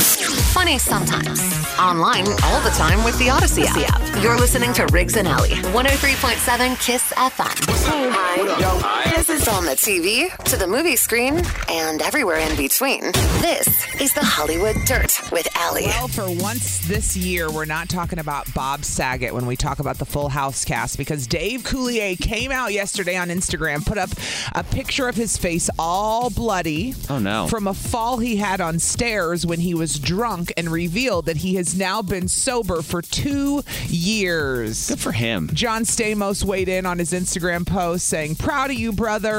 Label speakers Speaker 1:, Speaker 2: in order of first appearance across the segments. Speaker 1: Funny sometimes. Online all the time with the Odyssey app. You're listening to Riggs and Alley, 103.7 Kiss FM. This is on the TV, to the movie screen, and everywhere in between. This is the Hollywood Dirt with Alley.
Speaker 2: Well, for once this year, we're not talking about Bob Saget when we talk about the Full House cast because Dave Coulier came out yesterday on Instagram, put up a picture of his face all bloody.
Speaker 3: Oh, no.
Speaker 2: From a fall he had on stairs when he was drunk and revealed that he has now been sober for two years.
Speaker 3: Good for him.
Speaker 2: John Stamos weighed in on his Instagram post saying, Proud of you, brother.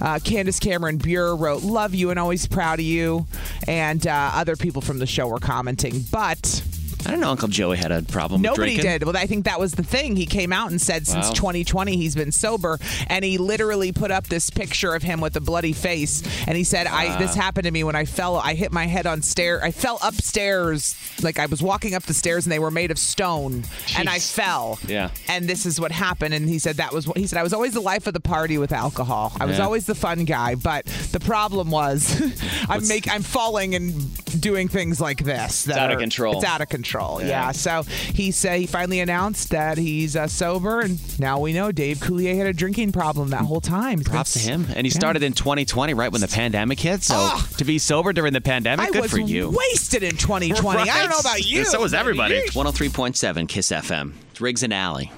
Speaker 2: Uh, Candace Cameron Bure wrote, Love you and always proud of you. And uh, other people from the show were commenting. But
Speaker 3: I don't know. Uncle Joey had a problem.
Speaker 2: nobody
Speaker 3: with drinking.
Speaker 2: did. Well, I think that was the thing. He came out and said since
Speaker 3: Wow.
Speaker 2: 2020 he's been sober. And he literally put up this picture of him with a bloody face. And he said, I This happened to me when I fell. I hit my head on stair. I fell upstairs. Like I was walking up the stairs and they were made of stone. And I
Speaker 3: Jeez.
Speaker 2: fell.
Speaker 3: Yeah.
Speaker 2: and this is what happened and he said that was what he said i was always the life of the party with alcohol i was
Speaker 3: Yeah.
Speaker 2: always the fun guy but the problem was i'm make i'm falling and doing things like this that
Speaker 3: out of
Speaker 2: are-
Speaker 3: control.
Speaker 2: it's out of control yeah, so he said he finally announced that he's uh, sober and now we know dave coulier had a drinking problem that whole time He's been
Speaker 3: Props to
Speaker 2: s-
Speaker 3: him. And he
Speaker 2: Yeah. Ah!
Speaker 3: started in 2020, right when the pandemic hit. So to be sober during the pandemic,
Speaker 2: I
Speaker 3: good
Speaker 2: was
Speaker 3: for you.
Speaker 2: wasted in 2020. I don't know
Speaker 3: Right?
Speaker 2: about you.
Speaker 3: So was
Speaker 2: but
Speaker 3: everybody.
Speaker 2: yeesh.
Speaker 3: 103.7 Kiss FM. It's Riggs and Alley.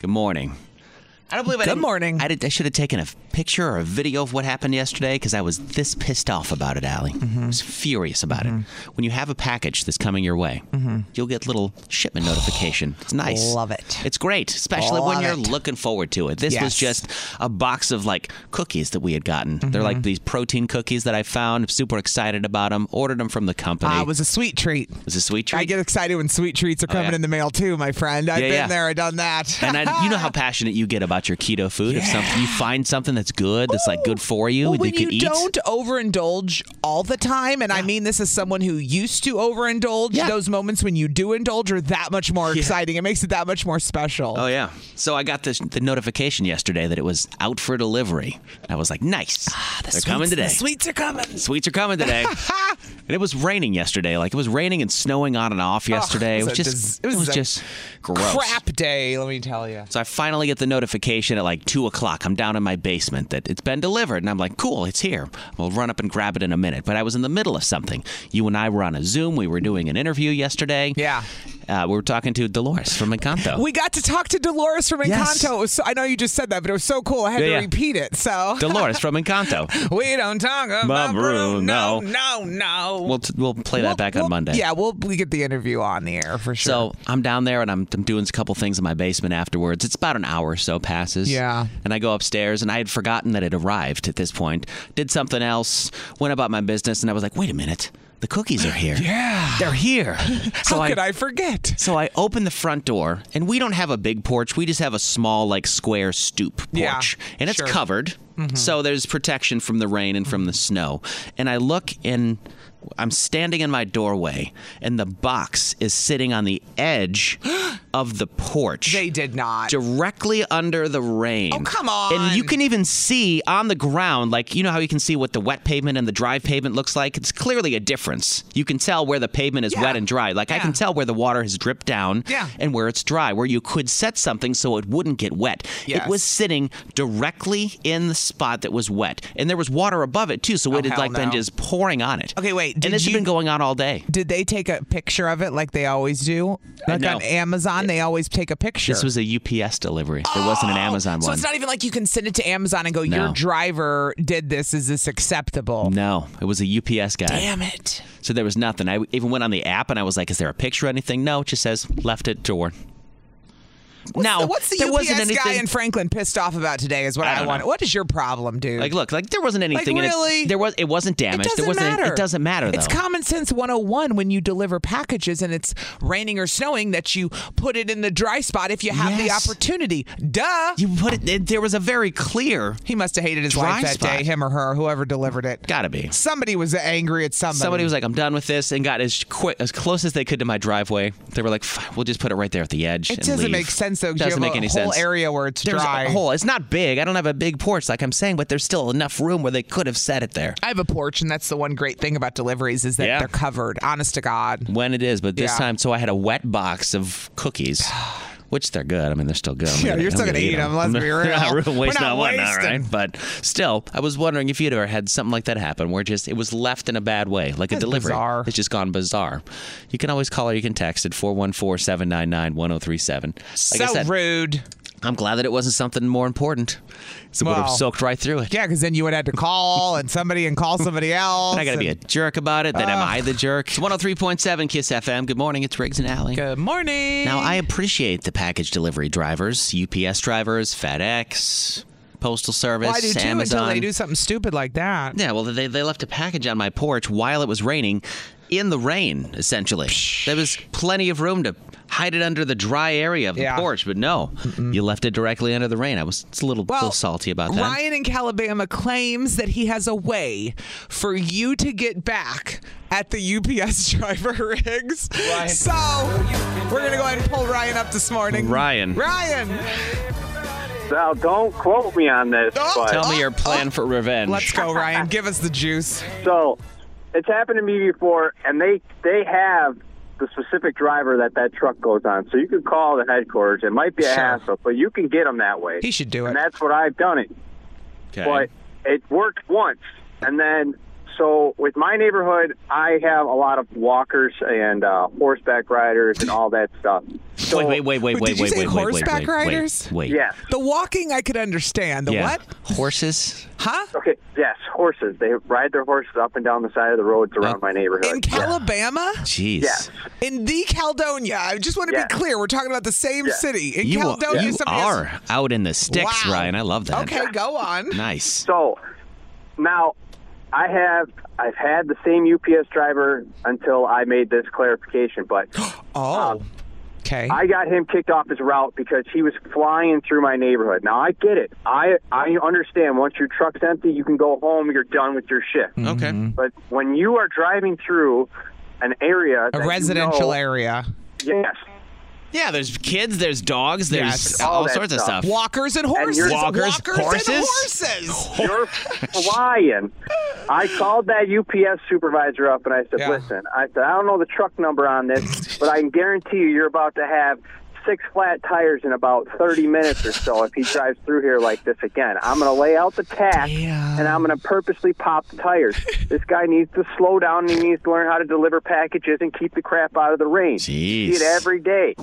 Speaker 3: Good morning. I don't believe I
Speaker 2: Good
Speaker 3: didn't-
Speaker 2: morning.
Speaker 3: I, did, I should have taken a f- picture or a video of what happened yesterday because I was this pissed off about it, Allie. I was furious about it. When you have a package that's coming your way, you'll get little shipment notification. It's nice.
Speaker 2: Love it.
Speaker 3: It's great, especially when
Speaker 2: Love
Speaker 3: you're
Speaker 2: it.
Speaker 3: looking forward to it. This was
Speaker 2: Yes.
Speaker 3: just a box of like cookies that we had gotten. They're like these protein cookies that I found. I'm super excited about them. Ordered them from the company.
Speaker 2: Ah, it was a sweet treat.
Speaker 3: It was a sweet treat. Oh,
Speaker 2: I get excited when sweet treats are coming
Speaker 3: yeah.
Speaker 2: in the mail too, my friend. I've
Speaker 3: Yeah,
Speaker 2: been
Speaker 3: yeah.
Speaker 2: there, I've done that.
Speaker 3: and I, you know how passionate you get about your keto food. If something you find something that's good, that's like good for you,
Speaker 2: Well,
Speaker 3: that
Speaker 2: when
Speaker 3: you
Speaker 2: you
Speaker 3: can eat.
Speaker 2: don't overindulge all the time, and I mean this as someone who used to overindulge,
Speaker 3: Yeah.
Speaker 2: those moments when you do indulge are that much more exciting. It makes it that much more special.
Speaker 3: Oh yeah. So I got this the notification yesterday that it was out for delivery. I was like, nice. They're coming today.
Speaker 2: Ah, The sweets are coming.
Speaker 3: Sweets are coming today. and it was raining yesterday. Like it was raining and snowing on and off yesterday.
Speaker 2: Oh,
Speaker 3: it was
Speaker 2: it was a
Speaker 3: just
Speaker 2: dis-
Speaker 3: it was,
Speaker 2: a
Speaker 3: just gross.
Speaker 2: Crap day, let me tell you.
Speaker 3: So I finally get the notification at like two o'clock. I'm down in my basement that it's been delivered, and I'm like, "Cool, it's here. We'll run up and grab it in a minute." But I was in the middle of something. You and I were on a Zoom. We were doing an interview yesterday.
Speaker 2: Yeah.
Speaker 3: uh, we were talking to Dolores from Encanto.
Speaker 2: We got to talk to Dolores from Encanto.
Speaker 3: Yes.
Speaker 2: It was so, I know you just said that, but it was so cool. I had
Speaker 3: Yeah,
Speaker 2: to
Speaker 3: yeah.
Speaker 2: repeat it. So
Speaker 3: Dolores from Encanto.
Speaker 2: we don't talk about
Speaker 3: Bruno.
Speaker 2: Bruno. No, no.
Speaker 3: We'll t- we'll play
Speaker 2: We'll-
Speaker 3: that back
Speaker 2: we'll-
Speaker 3: on Monday.
Speaker 2: Yeah, we'll we get the interview on the air for sure.
Speaker 3: So I'm down there and I'm, I'm doing a couple things in my basement afterwards. It's about an hour or so passes.
Speaker 2: Yeah.
Speaker 3: And I go upstairs and I had forgotten that it arrived at this point. Did something else, went about my business, and I was like, wait a minute, the cookies are here. yeah. They're here.
Speaker 2: How could I forget?
Speaker 3: So I open the front door, and we don't have a big porch. We just have a small, like, square stoop porch.
Speaker 2: Yeah,
Speaker 3: and it's
Speaker 2: sure. Mm-hmm.
Speaker 3: covered. So there's protection from the rain and from the snow. And I look, and I'm standing in my doorway, and the box is sitting on the edge of the porch.
Speaker 2: They did not.
Speaker 3: Directly under the rain. Oh,
Speaker 2: come
Speaker 3: And you can even see on the ground, like, you know how you can see what the wet pavement and the dry pavement looks like? It's clearly a difference. You can tell where the pavement is wet and dry. Like, I can tell where the water has dripped down
Speaker 2: Yeah.
Speaker 3: and where it's dry, where you could set something so it wouldn't get wet.
Speaker 2: Yes.
Speaker 3: It was sitting directly in the spot that was wet. And there was water above it, too, so it had,
Speaker 2: Oh, hell
Speaker 3: like, been
Speaker 2: no.
Speaker 3: just pouring on it.
Speaker 2: Okay, wait. Did
Speaker 3: and this
Speaker 2: you,
Speaker 3: has been going on all day.
Speaker 2: Did they take a picture of it like they always do? Like
Speaker 3: no.
Speaker 2: on Amazon, they always take a picture.
Speaker 3: This was a UPS delivery. There wasn't an Amazon
Speaker 2: Oh, so
Speaker 3: one.
Speaker 2: it's not even like you can send it to Amazon and go, your
Speaker 3: No.
Speaker 2: driver did this. Is this acceptable?
Speaker 3: no, it was a UPS guy.
Speaker 2: Damn it.
Speaker 3: So there was nothing. I even went on the app and I was like, "Is there a picture or anything?" No, it just says left at door. now
Speaker 2: What's the
Speaker 3: there
Speaker 2: UPS
Speaker 3: wasn't
Speaker 2: guy
Speaker 3: anything.
Speaker 2: in Franklin pissed off about today? Is what
Speaker 3: I
Speaker 2: I,
Speaker 3: don't
Speaker 2: want.
Speaker 3: know.
Speaker 2: What is your problem, dude?
Speaker 3: like, look, like there wasn't anything. and it-
Speaker 2: really?
Speaker 3: there was. It wasn't
Speaker 2: It
Speaker 3: damaged.
Speaker 2: doesn't
Speaker 3: there wasn't.
Speaker 2: matter.
Speaker 3: It doesn't matter though.
Speaker 2: It's common sense 101 when you deliver packages and it's raining or snowing that you put it in the dry spot if you have
Speaker 3: Yes.
Speaker 2: the opportunity. Duh.
Speaker 3: you put it, it- There was a very clear.
Speaker 2: he must have hated his
Speaker 3: Dry
Speaker 2: wife that
Speaker 3: spot.
Speaker 2: day, him or her, whoever delivered it.
Speaker 3: Gotta be.
Speaker 2: Somebody was angry at somebody.
Speaker 3: Somebody was like, "I'm done with this," and got as quick, as close as they could to my driveway. They were like, "Fine, "We'll just put it right there at the edge."
Speaker 2: It
Speaker 3: and
Speaker 2: doesn't
Speaker 3: leave."
Speaker 2: make sense though. 'cause
Speaker 3: Doesn't
Speaker 2: you
Speaker 3: make
Speaker 2: have a
Speaker 3: any
Speaker 2: whole
Speaker 3: sense.
Speaker 2: area where it's
Speaker 3: There's
Speaker 2: dry.
Speaker 3: a hole. It's not big. I don't have a big porch, like I'm saying, but there's still enough room where they could have set it there.
Speaker 2: I have a porch, and that's the one great thing about deliveries is that
Speaker 3: Yeah.
Speaker 2: they're covered. Honest to God.
Speaker 3: when it is, but this
Speaker 2: Yeah.
Speaker 3: time, so I had a wet box of cookies. Which they're good. I mean, they're still good. I'm
Speaker 2: Yeah,
Speaker 3: gonna-
Speaker 2: you're still
Speaker 3: I'm
Speaker 2: gonna eat 'em, let's be
Speaker 3: We're not
Speaker 2: real.
Speaker 3: really
Speaker 2: We're
Speaker 3: wasting
Speaker 2: not
Speaker 3: on one, all
Speaker 2: wasting.
Speaker 3: right? But still, I was wondering if you'd ever had something like that happen, where just it was left in a bad way, like a delivery.
Speaker 2: bizarre.
Speaker 3: It's just gone bizarre. You can always call or you can text at 414-799-1037. Like I
Speaker 2: so
Speaker 3: said,
Speaker 2: rude.
Speaker 3: I'm glad that it wasn't something more important. So it would have
Speaker 2: Well,
Speaker 3: soaked right through it.
Speaker 2: Yeah, because then you would have had to call and somebody and call somebody else.
Speaker 3: I got to be a jerk about it. Then am I the jerk? oh It's 103.7 Kiss FM. Good morning. It's Riggs and Alley.
Speaker 2: Good morning.
Speaker 3: Now, I appreciate the package delivery drivers, UPS drivers, FedEx, Postal Service,
Speaker 2: well, I do too
Speaker 3: Amazon.
Speaker 2: until they do something stupid like that.
Speaker 3: Yeah, well, they, they left a package on my porch while it was raining, in the rain, essentially. There was plenty of room to hide it under the dry area of the
Speaker 2: Yeah.
Speaker 3: porch, but no, you left it directly under the rain. I was it's a little,
Speaker 2: Well,
Speaker 3: little salty about that.
Speaker 2: Ryan in Calabama claims that he has a way for you to get back at the UPS driver rigs. So we're gonna go ahead and pull Ryan up this morning.
Speaker 3: Ryan.
Speaker 2: Ryan,
Speaker 4: Now, don't quote me on this,
Speaker 2: Oh,
Speaker 4: but
Speaker 3: Tell me your plan for revenge.
Speaker 2: let's go, Ryan. Give us the juice.
Speaker 4: so it's happened to me before, and they they have the specific driver that that truck goes on. So you can call the headquarters. It might be a
Speaker 2: Sure.
Speaker 4: hassle, but you can get them that way.
Speaker 2: He should do it.
Speaker 4: And that's what I've done it.
Speaker 3: Okay.
Speaker 4: But it worked once, and then so with my neighborhood, I have a lot of walkers and uh, horseback riders and all that stuff. So,
Speaker 3: wait, wait, wait, wait,
Speaker 2: Did
Speaker 3: wait,
Speaker 2: you
Speaker 3: wait,
Speaker 2: say
Speaker 3: wait, wait, wait,
Speaker 2: horseback
Speaker 3: wait,
Speaker 2: riders?
Speaker 3: Wait, wait.
Speaker 4: Yes.
Speaker 2: The walking I could understand. The
Speaker 3: Yeah.
Speaker 2: what?
Speaker 3: Horses?
Speaker 2: Huh?
Speaker 4: Okay. Yes, horses. They ride their horses up and down the side of the roads around
Speaker 3: Oh.
Speaker 4: my neighborhood.
Speaker 2: In Calabama?
Speaker 3: Jeez.
Speaker 4: Yes.
Speaker 2: In the Caledonia. I just want to
Speaker 4: Yeah.
Speaker 2: be clear. We're talking about the same
Speaker 4: Yeah.
Speaker 2: city. In
Speaker 3: You,
Speaker 2: Caledonia,
Speaker 3: you
Speaker 2: somebody has-
Speaker 3: are out in the sticks,
Speaker 2: Wow.
Speaker 3: Ryan. I love that.
Speaker 2: Okay, go on.
Speaker 3: Nice.
Speaker 4: So now I have I've had the same UPS driver until I made this clarification, but
Speaker 2: Oh. Okay.
Speaker 4: Um, I got him kicked off his route because he was flying through my neighborhood. Now I get it. I I understand once your truck's empty, you can go home, you're done with your shift.
Speaker 2: Hmm.
Speaker 3: Okay.
Speaker 4: But when you are driving through an area that
Speaker 2: a
Speaker 4: you
Speaker 2: residential
Speaker 4: know-
Speaker 2: area.
Speaker 4: Yes.
Speaker 3: Yeah, there's kids, there's dogs, there's
Speaker 2: Yes,
Speaker 3: all,
Speaker 4: all that
Speaker 3: sorts
Speaker 4: stuff.
Speaker 3: of stuff.
Speaker 2: Walkers and horses.
Speaker 4: you're-
Speaker 3: Walkers,
Speaker 2: Walkers and
Speaker 3: horses?
Speaker 2: horses.
Speaker 4: You're flying. I called that UPS supervisor up and I said,
Speaker 2: Yeah.
Speaker 4: listen, I said, I don't know the truck number on this, but I can guarantee you you're about to have six flat tires in about 30 minutes or so if he drives through here like this again. I'm going to lay out the tack and I'm going to purposely pop the tires. this guy needs to slow down and he needs to learn how to deliver packages and keep the crap out of the rain. See
Speaker 3: Jeez.
Speaker 4: it every day.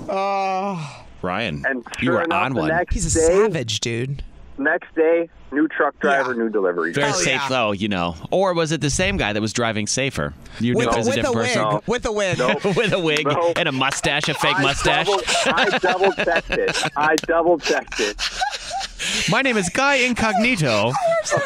Speaker 3: Ryan,
Speaker 4: And sure
Speaker 3: you were
Speaker 4: enough,
Speaker 3: on
Speaker 4: the
Speaker 3: one.
Speaker 4: next
Speaker 2: He's a
Speaker 4: day,
Speaker 2: savage, dude.
Speaker 4: next day, new truck driver,
Speaker 2: Yeah.
Speaker 4: new delivery.
Speaker 3: Very
Speaker 2: Oh,
Speaker 3: safe
Speaker 2: yeah.
Speaker 3: though, you know. Or was it the same guy that was driving safer? You
Speaker 2: With,
Speaker 3: knew it
Speaker 2: a,
Speaker 3: was a
Speaker 2: with, a
Speaker 3: different
Speaker 2: wig,
Speaker 3: person.
Speaker 2: with a wig.
Speaker 3: with a wig
Speaker 4: No.
Speaker 3: and a mustache, a fake
Speaker 4: I
Speaker 3: mustache.
Speaker 4: double- I double checked it. I double checked it.
Speaker 3: My name is Guy Incognito.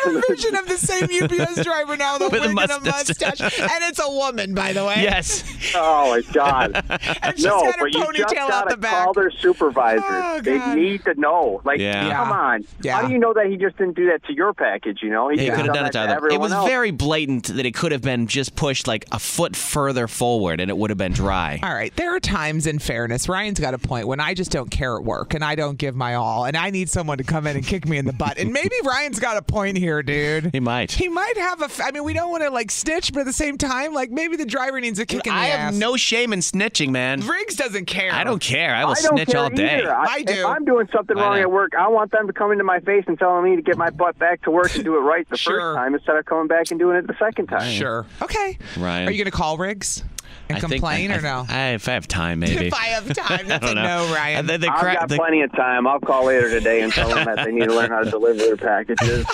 Speaker 2: a version of the same UPS driver now, the
Speaker 3: With a
Speaker 2: wig and a
Speaker 3: mustache.
Speaker 2: mustache, and it's a woman, by the way.
Speaker 3: yes.
Speaker 4: Oh my God!
Speaker 2: and she's
Speaker 4: no,
Speaker 2: got her
Speaker 4: but you just
Speaker 2: ponytail out
Speaker 4: gotta
Speaker 2: the back.
Speaker 4: call their supervisors.
Speaker 2: Oh,
Speaker 4: they
Speaker 2: God.
Speaker 4: need to know. Like,
Speaker 3: Yeah.
Speaker 4: come on.
Speaker 2: Yeah.
Speaker 4: How do you know that he just didn't do that to your package? You know, he,
Speaker 3: He
Speaker 4: could have
Speaker 3: done it to other- It
Speaker 4: everyone
Speaker 3: was
Speaker 4: else.
Speaker 3: very blatant that it could have been just pushed like a foot further forward and it would have been dry.
Speaker 2: All right, there are times in fairness, Ryan's got a point when I just don't care at work and I don't give my all and I need someone to come in and kick me in the butt. And maybe Ryan's got a point here, dude.
Speaker 3: He might.
Speaker 2: He might have a f- I mean, we don't want to like snitch, but at the same time, like maybe the driver needs a kick in the
Speaker 3: I have
Speaker 2: ass.
Speaker 3: no shame in snitching, man.
Speaker 2: Riggs doesn't care.
Speaker 3: I don't care. I will
Speaker 4: I don't
Speaker 3: snitch
Speaker 4: care
Speaker 3: all day.
Speaker 4: Either. I,
Speaker 2: I do.
Speaker 4: If I'm doing something
Speaker 3: I
Speaker 4: wrong
Speaker 3: know.
Speaker 4: at work, I want them to come into my face and tell me to get my butt back to work and do it right the
Speaker 2: Sure.
Speaker 4: first time instead of coming back and doing it the second time.
Speaker 2: Sure. Okay.
Speaker 3: Ryan.
Speaker 2: Are you going to call Riggs and
Speaker 3: I think-
Speaker 2: complain
Speaker 3: I-
Speaker 2: or no?
Speaker 3: I, if I have time, maybe.
Speaker 2: if I have time,
Speaker 3: I
Speaker 2: that's
Speaker 3: don't
Speaker 2: a
Speaker 3: know.
Speaker 2: no, Ryan.
Speaker 3: Uh, the- the cra-
Speaker 4: I've got
Speaker 3: the-
Speaker 4: plenty of time. I'll call later today and tell them that they need to learn how to deliver their packages.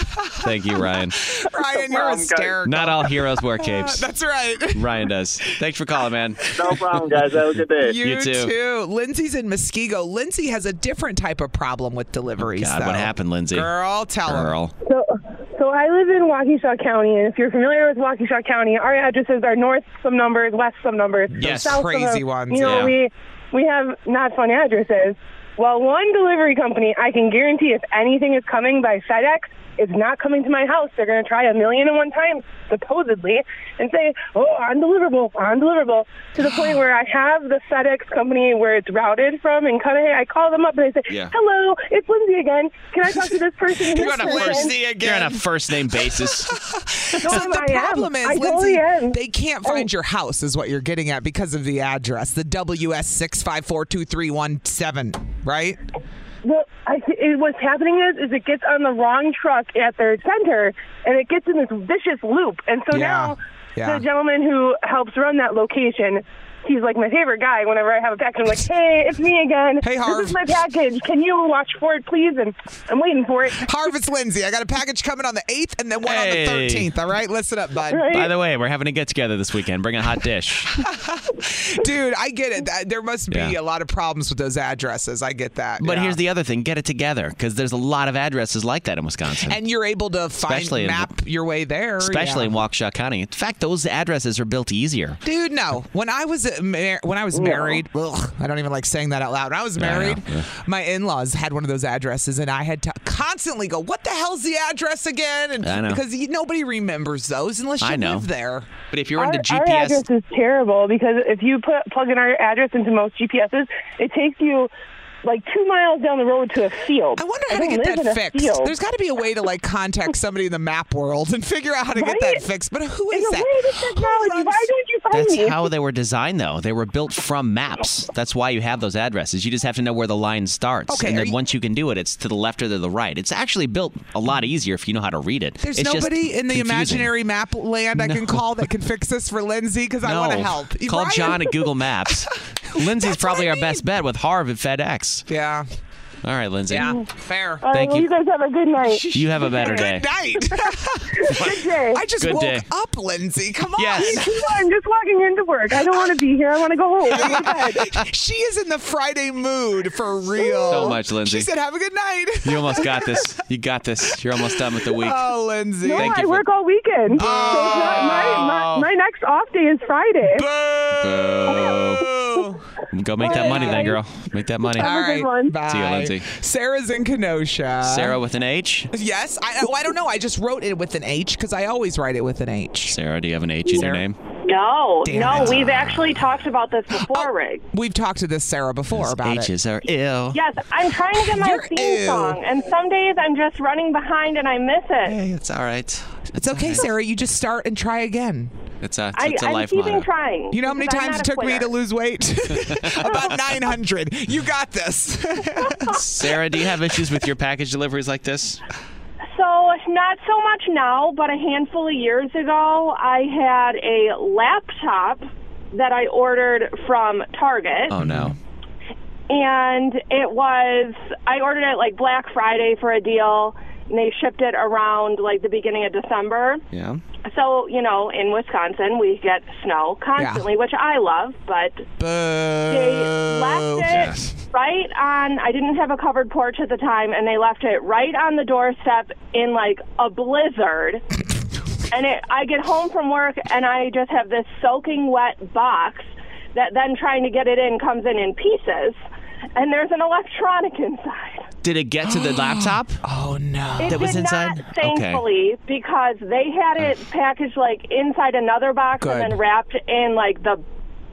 Speaker 3: thank you, Ryan.
Speaker 2: Ryan,
Speaker 4: Well,
Speaker 2: you're
Speaker 4: I'm good.
Speaker 2: hysterical.
Speaker 3: Not all heroes wear capes.
Speaker 2: That's right.
Speaker 3: Ryan does. Thanks for calling, man.
Speaker 4: No problem, guys. Have a good day.
Speaker 2: You,
Speaker 3: You too.
Speaker 2: Lindsay's in Muskego. Lindsay has a different type of problem with deliveries.
Speaker 3: God,
Speaker 2: though.
Speaker 3: what happened, Lindsay?
Speaker 2: Girl, tell her.
Speaker 3: Girl.
Speaker 5: So, so I live in Waukesha County, and if you're familiar with Waukesha County, our addresses are north some numbers, west some numbers,
Speaker 3: Yes.
Speaker 5: south
Speaker 2: Crazy
Speaker 5: some,
Speaker 2: ones,
Speaker 5: You know,
Speaker 3: yeah.
Speaker 5: we we have not fun addresses. Well, one delivery company, I can guarantee, if anything is coming by FedEx, it's not coming to my house. They're going to try a million and one times, supposedly, and say, "Oh, undeliverable, undeliverable," to the point where I have the FedEx company where it's routed from in Cudahy. I call them up and I say,
Speaker 3: Yeah.
Speaker 5: "Hello, it's Lindsay again. Can I talk to this person?" and
Speaker 2: You're
Speaker 5: this
Speaker 2: on a
Speaker 5: person?"
Speaker 2: first day
Speaker 3: You're on
Speaker 2: again.
Speaker 3: a first name basis.
Speaker 2: so
Speaker 5: No,
Speaker 2: the
Speaker 5: I am.
Speaker 2: problem is,
Speaker 5: I
Speaker 2: Lindsay,
Speaker 5: totally am. Oh.
Speaker 2: they can't find your house, is what you're getting at, because of the address, the WS six five four two three one seven, right?
Speaker 5: Well, I, th- it, what's happening is, is it gets on the wrong truck at their center, and it gets in this vicious loop. And so
Speaker 2: Yeah.
Speaker 5: now,
Speaker 2: Yeah.
Speaker 5: the gentleman who helps run that location, he's like my favorite guy. Whenever I have a package, I'm like, "Hey, it's me again.
Speaker 2: Hey,
Speaker 5: this
Speaker 2: Harv."
Speaker 5: is my package. Can you watch for it, please?" And I'm waiting for it.
Speaker 2: Harvest Lindsay, I got a package coming on the eighth and then one
Speaker 3: Hey.
Speaker 2: on the thirteenth. All right, listen up, bud.
Speaker 5: Right?
Speaker 3: By the way, we're having a get together this weekend. Bring a hot dish.
Speaker 2: Dude, I get it. That- There must be
Speaker 3: Yeah.
Speaker 2: a lot of problems with those addresses. I get that.
Speaker 3: But
Speaker 2: Yeah.
Speaker 3: here's the other thing: get it together, because there's a lot of addresses like that in Wisconsin,
Speaker 2: and you're able to find
Speaker 3: Especially in-
Speaker 2: map your way there,
Speaker 3: especially
Speaker 2: yeah.
Speaker 3: in Waukesha County. In fact, those addresses are built easier.
Speaker 2: Dude, no. When I was uh, mar- when I was married, ugh, I don't even like saying that out loud. When I was
Speaker 3: I know,
Speaker 2: married,
Speaker 3: yeah.
Speaker 2: my in-laws had one of those addresses, and I had to constantly go, "What the hell's the address again?" And
Speaker 3: I know.
Speaker 2: because you, nobody remembers those unless you
Speaker 3: I know.
Speaker 2: live there.
Speaker 3: But if you're
Speaker 5: our,
Speaker 3: into
Speaker 5: our address
Speaker 3: GPS,
Speaker 5: is terrible because if you put, plug in our address into most GPSs, it takes you like two miles down the road to a field.
Speaker 2: I wonder how to
Speaker 5: don't
Speaker 2: get
Speaker 5: live in
Speaker 2: that
Speaker 5: a
Speaker 2: fixed.
Speaker 5: field.
Speaker 2: There's got to be a way to like contact somebody in the map world and figure out how to get
Speaker 5: Right?
Speaker 2: that fixed. But who
Speaker 5: There's
Speaker 2: is
Speaker 5: a
Speaker 2: that?
Speaker 5: way to technology.
Speaker 2: runs-
Speaker 5: Why don't you find
Speaker 3: that's
Speaker 5: me?
Speaker 3: how they were designed, though. They were built from maps. That's why you have those addresses. You just have to know where the line starts,
Speaker 2: Okay,
Speaker 3: and
Speaker 2: are
Speaker 3: then
Speaker 2: you-
Speaker 3: once you can do it, it's to the left or to the right. It's actually built a lot easier if you know how to read it.
Speaker 2: There's
Speaker 3: It's just
Speaker 2: nobody in the
Speaker 3: confusing.
Speaker 2: imaginary map land I can call that can fix this for Lindsay because I
Speaker 3: No.
Speaker 2: want to help.
Speaker 3: Call
Speaker 2: Ryan-
Speaker 3: John at Google Maps. Lindsay's
Speaker 2: That's
Speaker 3: probably
Speaker 2: what
Speaker 3: our
Speaker 2: I
Speaker 3: best bet with Harv at FedEx.
Speaker 2: Yeah,
Speaker 3: All right, Lindsay.
Speaker 2: yeah, fair.
Speaker 5: All right,
Speaker 3: Thank
Speaker 5: well,
Speaker 3: you.
Speaker 5: you guys Uh, have a good night.
Speaker 3: You have a better day.
Speaker 2: Good night.
Speaker 5: Good day.
Speaker 2: I just
Speaker 3: Good
Speaker 2: woke
Speaker 3: day.
Speaker 2: up, Lindsay. Come on.
Speaker 3: Yes.
Speaker 5: I'm just walking into work. I don't want to be here. I want to go home. Go to bed.
Speaker 2: she is in the Friday mood for real.
Speaker 3: So much, Lindsay.
Speaker 2: She said, "Have a good night."
Speaker 3: You almost got this. You got this. You're almost done with the week.
Speaker 2: oh, Lindsay.
Speaker 5: No,
Speaker 3: Thank you
Speaker 5: I
Speaker 3: for-
Speaker 5: work all weekend. So it's not my, my,
Speaker 2: Oh.
Speaker 5: my next off day is Friday.
Speaker 2: Boo.
Speaker 3: Go make that money then, girl. Make that money.
Speaker 5: Have a
Speaker 2: All
Speaker 5: good
Speaker 2: right.
Speaker 5: one.
Speaker 2: Bye.
Speaker 3: See you, Lindsay.
Speaker 2: Sarah's in Kenosha.
Speaker 3: Sarah with an H.
Speaker 2: Yes. I, oh, I don't know. I just wrote it with an H because I always write it with an H.
Speaker 3: Sarah, do you have an H in your name?
Speaker 6: No,
Speaker 2: Damn
Speaker 6: no,
Speaker 2: it. Oh.
Speaker 6: we've actually talked about this before, Rig.
Speaker 2: We've talked to this Sarah before about it.
Speaker 3: H's are ill.
Speaker 5: Yes, I'm trying to get my
Speaker 2: You're
Speaker 5: theme
Speaker 2: ew.
Speaker 5: song, and some days I'm just running behind and I miss it.
Speaker 3: Hey, it's all right.
Speaker 2: It's okay, Sarah. You just start and try again.
Speaker 3: It's a,
Speaker 5: I,
Speaker 3: it's a
Speaker 5: I'm
Speaker 3: life
Speaker 5: keeping
Speaker 3: motto.
Speaker 5: trying.
Speaker 2: You know how many
Speaker 5: because I'm
Speaker 2: times
Speaker 5: not
Speaker 2: it
Speaker 5: a
Speaker 2: took me
Speaker 5: quitter.
Speaker 2: to lose weight? About 900. You got this.
Speaker 3: Sarah, do you have issues with your package deliveries like this?
Speaker 5: So, not so much now, but a handful of years ago, I had a laptop that I ordered from Target.
Speaker 3: Oh no.
Speaker 5: and it was I ordered it like Black Friday for a deal,
Speaker 6: and they shipped it around like the beginning of December.
Speaker 3: Yeah.
Speaker 6: So, you know, in Wisconsin, we get snow constantly, which I love, but
Speaker 2: Oh,
Speaker 6: they left it right on. I didn't have a covered porch at the time, and they left it right on the doorstep in like a blizzard. and it, I get home from work, and I just have this soaking wet box that then trying to get it in comes in in pieces, and there's an electronic inside.
Speaker 3: Did it get to the laptop?
Speaker 2: Oh no.
Speaker 6: It
Speaker 3: that was
Speaker 6: did
Speaker 3: inside?
Speaker 6: Not, thankfully, because they had it packaged like inside another box
Speaker 2: Good.
Speaker 6: and then wrapped in like the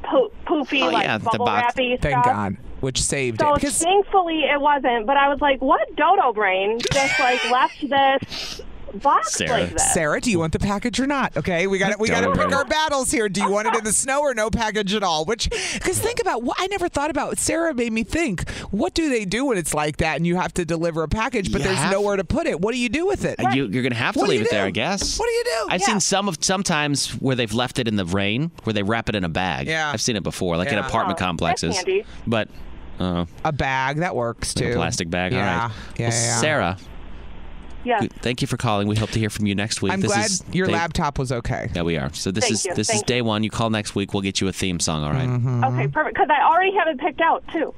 Speaker 6: po- poofy,
Speaker 3: Oh,
Speaker 6: like
Speaker 3: yeah, the
Speaker 6: bubble
Speaker 3: box.
Speaker 6: wrappy
Speaker 2: Thank
Speaker 6: stuff.
Speaker 2: God. Which saved
Speaker 6: So
Speaker 2: it. Because
Speaker 6: thankfully it wasn't, but I was like, what dodo brain just like left this box
Speaker 3: Sarah.
Speaker 6: like this?
Speaker 2: Sarah, do you want the package or not? Okay, we got to we got to
Speaker 3: Don't
Speaker 2: pick
Speaker 3: know.
Speaker 2: our battles here. Do you want it in the snow or no package at all? Which cuz think about what I never thought about. Sarah made me think, what do they do when it's like that and you have to deliver a package but
Speaker 3: You
Speaker 2: there's
Speaker 3: have-
Speaker 2: nowhere to put it? What do you do with it?
Speaker 3: You, you're gonna have to
Speaker 2: What do
Speaker 3: leave
Speaker 2: you
Speaker 3: it there,
Speaker 2: do?
Speaker 3: I guess.
Speaker 2: What do you do?
Speaker 3: I've seen some of sometimes where they've left it in the rain, where they wrap it in a bag.
Speaker 2: Yeah.
Speaker 3: I've seen it before, like in
Speaker 2: Yeah.
Speaker 3: apartment
Speaker 6: Oh, that's
Speaker 3: complexes.
Speaker 6: handy.
Speaker 3: But uh,
Speaker 2: A bag that works too.
Speaker 3: a plastic bag.
Speaker 2: Yeah.
Speaker 3: All right.
Speaker 2: Yeah,
Speaker 3: Well,
Speaker 2: yeah, yeah.
Speaker 3: Sarah,
Speaker 6: Yes.
Speaker 2: Uh,
Speaker 3: we- thank you for calling. We hope to hear from you next week.
Speaker 2: I'm
Speaker 3: this
Speaker 2: glad
Speaker 3: is
Speaker 2: your
Speaker 3: day-
Speaker 2: laptop was okay.
Speaker 3: Yeah, we are. So this
Speaker 6: Thank
Speaker 3: is
Speaker 6: you,
Speaker 3: this is
Speaker 6: thank you.
Speaker 3: day one. You call next week. We'll get you a theme song. All right.
Speaker 2: Mm-hmm.
Speaker 6: Okay,
Speaker 7: Mm-hmm.
Speaker 6: perfect. Because I already have it picked out too.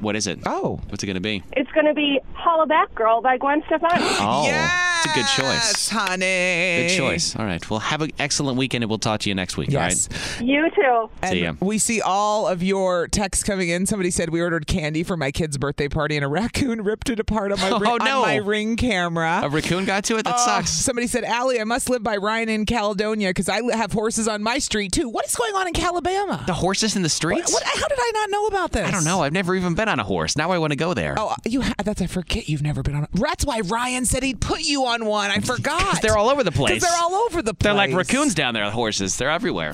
Speaker 3: What is it?
Speaker 2: Oh.
Speaker 3: What's it gonna be?
Speaker 6: It's going to be Holla Back Girl by Gwen Stefani.
Speaker 3: Oh,
Speaker 2: yes,
Speaker 3: it's a good choice.
Speaker 2: honey.
Speaker 3: Good choice. All right. Well, have an excellent weekend, and we'll talk to you next week.
Speaker 2: Yes.
Speaker 3: All right.
Speaker 6: you too.
Speaker 2: And
Speaker 3: See ya.
Speaker 2: we see all of your texts coming in. Somebody said we ordered candy for my kid's birthday party, and a raccoon ripped it apart on my ri-
Speaker 3: Oh,
Speaker 2: on
Speaker 3: no.
Speaker 2: my ring camera.
Speaker 3: A raccoon got to it. That
Speaker 2: Uh,
Speaker 3: sucks.
Speaker 2: Somebody said, Allie, I must live by Ryan in Caledonia because I li- have horses on my street too. What is going on in Calabama?
Speaker 3: The horses in the streets.
Speaker 2: What, how did I not know about this?
Speaker 3: I don't know. I've never even been on a horse. Now I want to go there.
Speaker 2: Oh, you ha- that's I forget you've never been on. That's why Ryan said he'd put you on one. I forgot.
Speaker 3: they're all over the place.
Speaker 2: Because they're all over the place.
Speaker 3: They're like raccoons down there. Horses. They're everywhere.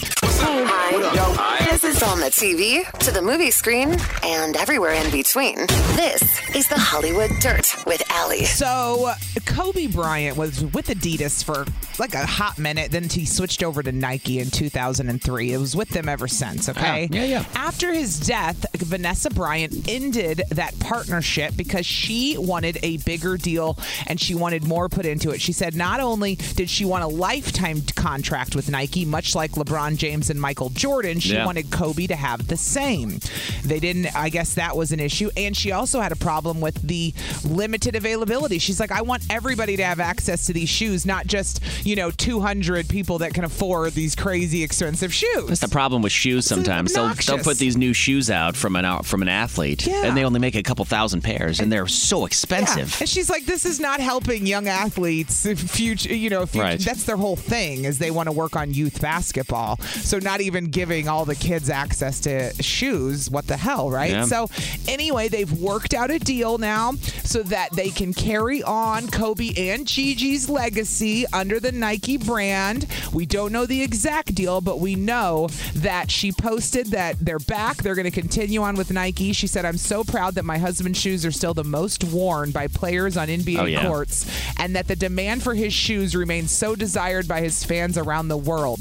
Speaker 1: This is on the TV, to the movie screen, and everywhere in between. This is the Hollywood Dirt with Allie.
Speaker 2: So Kobe Bryant was with Adidas for like a hot minute. Then he switched over to Nike in 2003. It was with them ever since. Okay.
Speaker 3: Ah, Yeah, yeah, yeah.
Speaker 2: After his death, Vanessa Bryant ended that partnership because she wanted a bigger deal and she wanted more put into it. She said not only did she want a lifetime contract with Nike, much like LeBron James and Michael Jordan, she
Speaker 3: Yeah.
Speaker 2: wanted Kobe to have the same. They didn't, I guess that was an issue. And she also had a problem with the limited availability. She's like, I want everybody to have access to these shoes, not just, you know, 200 people that can afford these crazy expensive shoes.
Speaker 3: That's the problem with shoes sometimes. They'll, they'll
Speaker 2: obnoxious.
Speaker 3: put these new shoes out from an out- from an athlete,
Speaker 2: Yeah.
Speaker 3: and they only make a couple thousand pairs, and they're so expensive.
Speaker 2: Yeah. And she's like, this is not helping young athletes. Future, you know, future,
Speaker 3: Right.
Speaker 2: that's their whole thing is they want to work on youth basketball. So not even giving all the kids access to shoes. What the hell, right?
Speaker 3: Yeah.
Speaker 2: So anyway, they've worked out a deal now so that they can carry on Kobe and Gigi's legacy under the Nike brand. We don't know the exact deal, but we know that she posted that they're back. They're going to continue on with Nike. She said, I'm so proud that my husband's shoes are still the most worn by players on NBA
Speaker 3: Oh, yeah.
Speaker 2: courts and that the demand for his shoes remains so desired by his fans around the world.